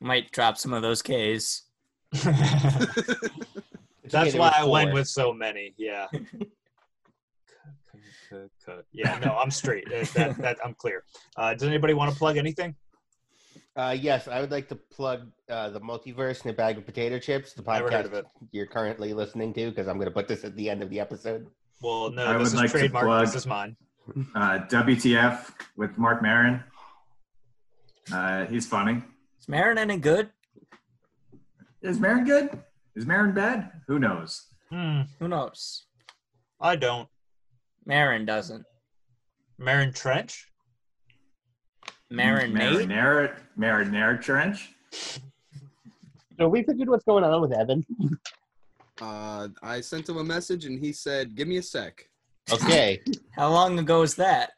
S3: Might drop some of those Ks.
S4: That's
S1: it
S4: why
S1: with
S4: I went
S1: four.
S4: with so many. Yeah. Kick, kick, kick, kick. yeah. No, I'm straight. Uh, That, that, I'm clear. Uh, does anybody want to plug anything?
S1: Uh, yes, I would like to plug uh, the multiverse in a bag of potato chips. The
S4: Never heard of
S1: podcast you're currently listening to, because I'm going to put this at the end of the episode.
S4: Well, no,
S7: I
S4: this
S7: would
S4: is
S7: like to
S4: trademark.
S7: plug-
S4: This is mine.
S7: Uh, WTF with Mark Marin. Uh, he's funny.
S3: Is Marin any good?
S7: Is Marin good? Is Marin bad? Who knows?
S4: Hmm,
S3: Who knows?
S4: I don't.
S3: Marin doesn't.
S4: Marin Trench.
S3: Marinate?
S7: Marinara, Marinara Trench.
S1: So we figured what's going on with Evan.
S6: Uh, I sent him a message and he said, "Give me a sec."
S1: Okay.
S3: How long ago was that?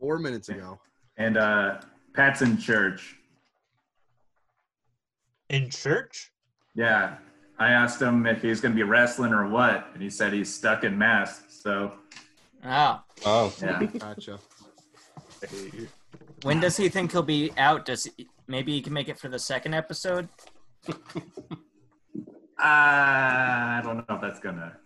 S6: Four minutes ago.
S7: And uh, Pat's in church.
S4: In church?
S7: Yeah. I asked him if he's going to be wrestling or what, and he said he's stuck in mass. So,
S3: Oh.
S1: oh.
S7: yeah.
S6: Gotcha.
S3: When does he think he'll be out? Does he, maybe he can make it for the second episode?
S7: I don't know if that's going to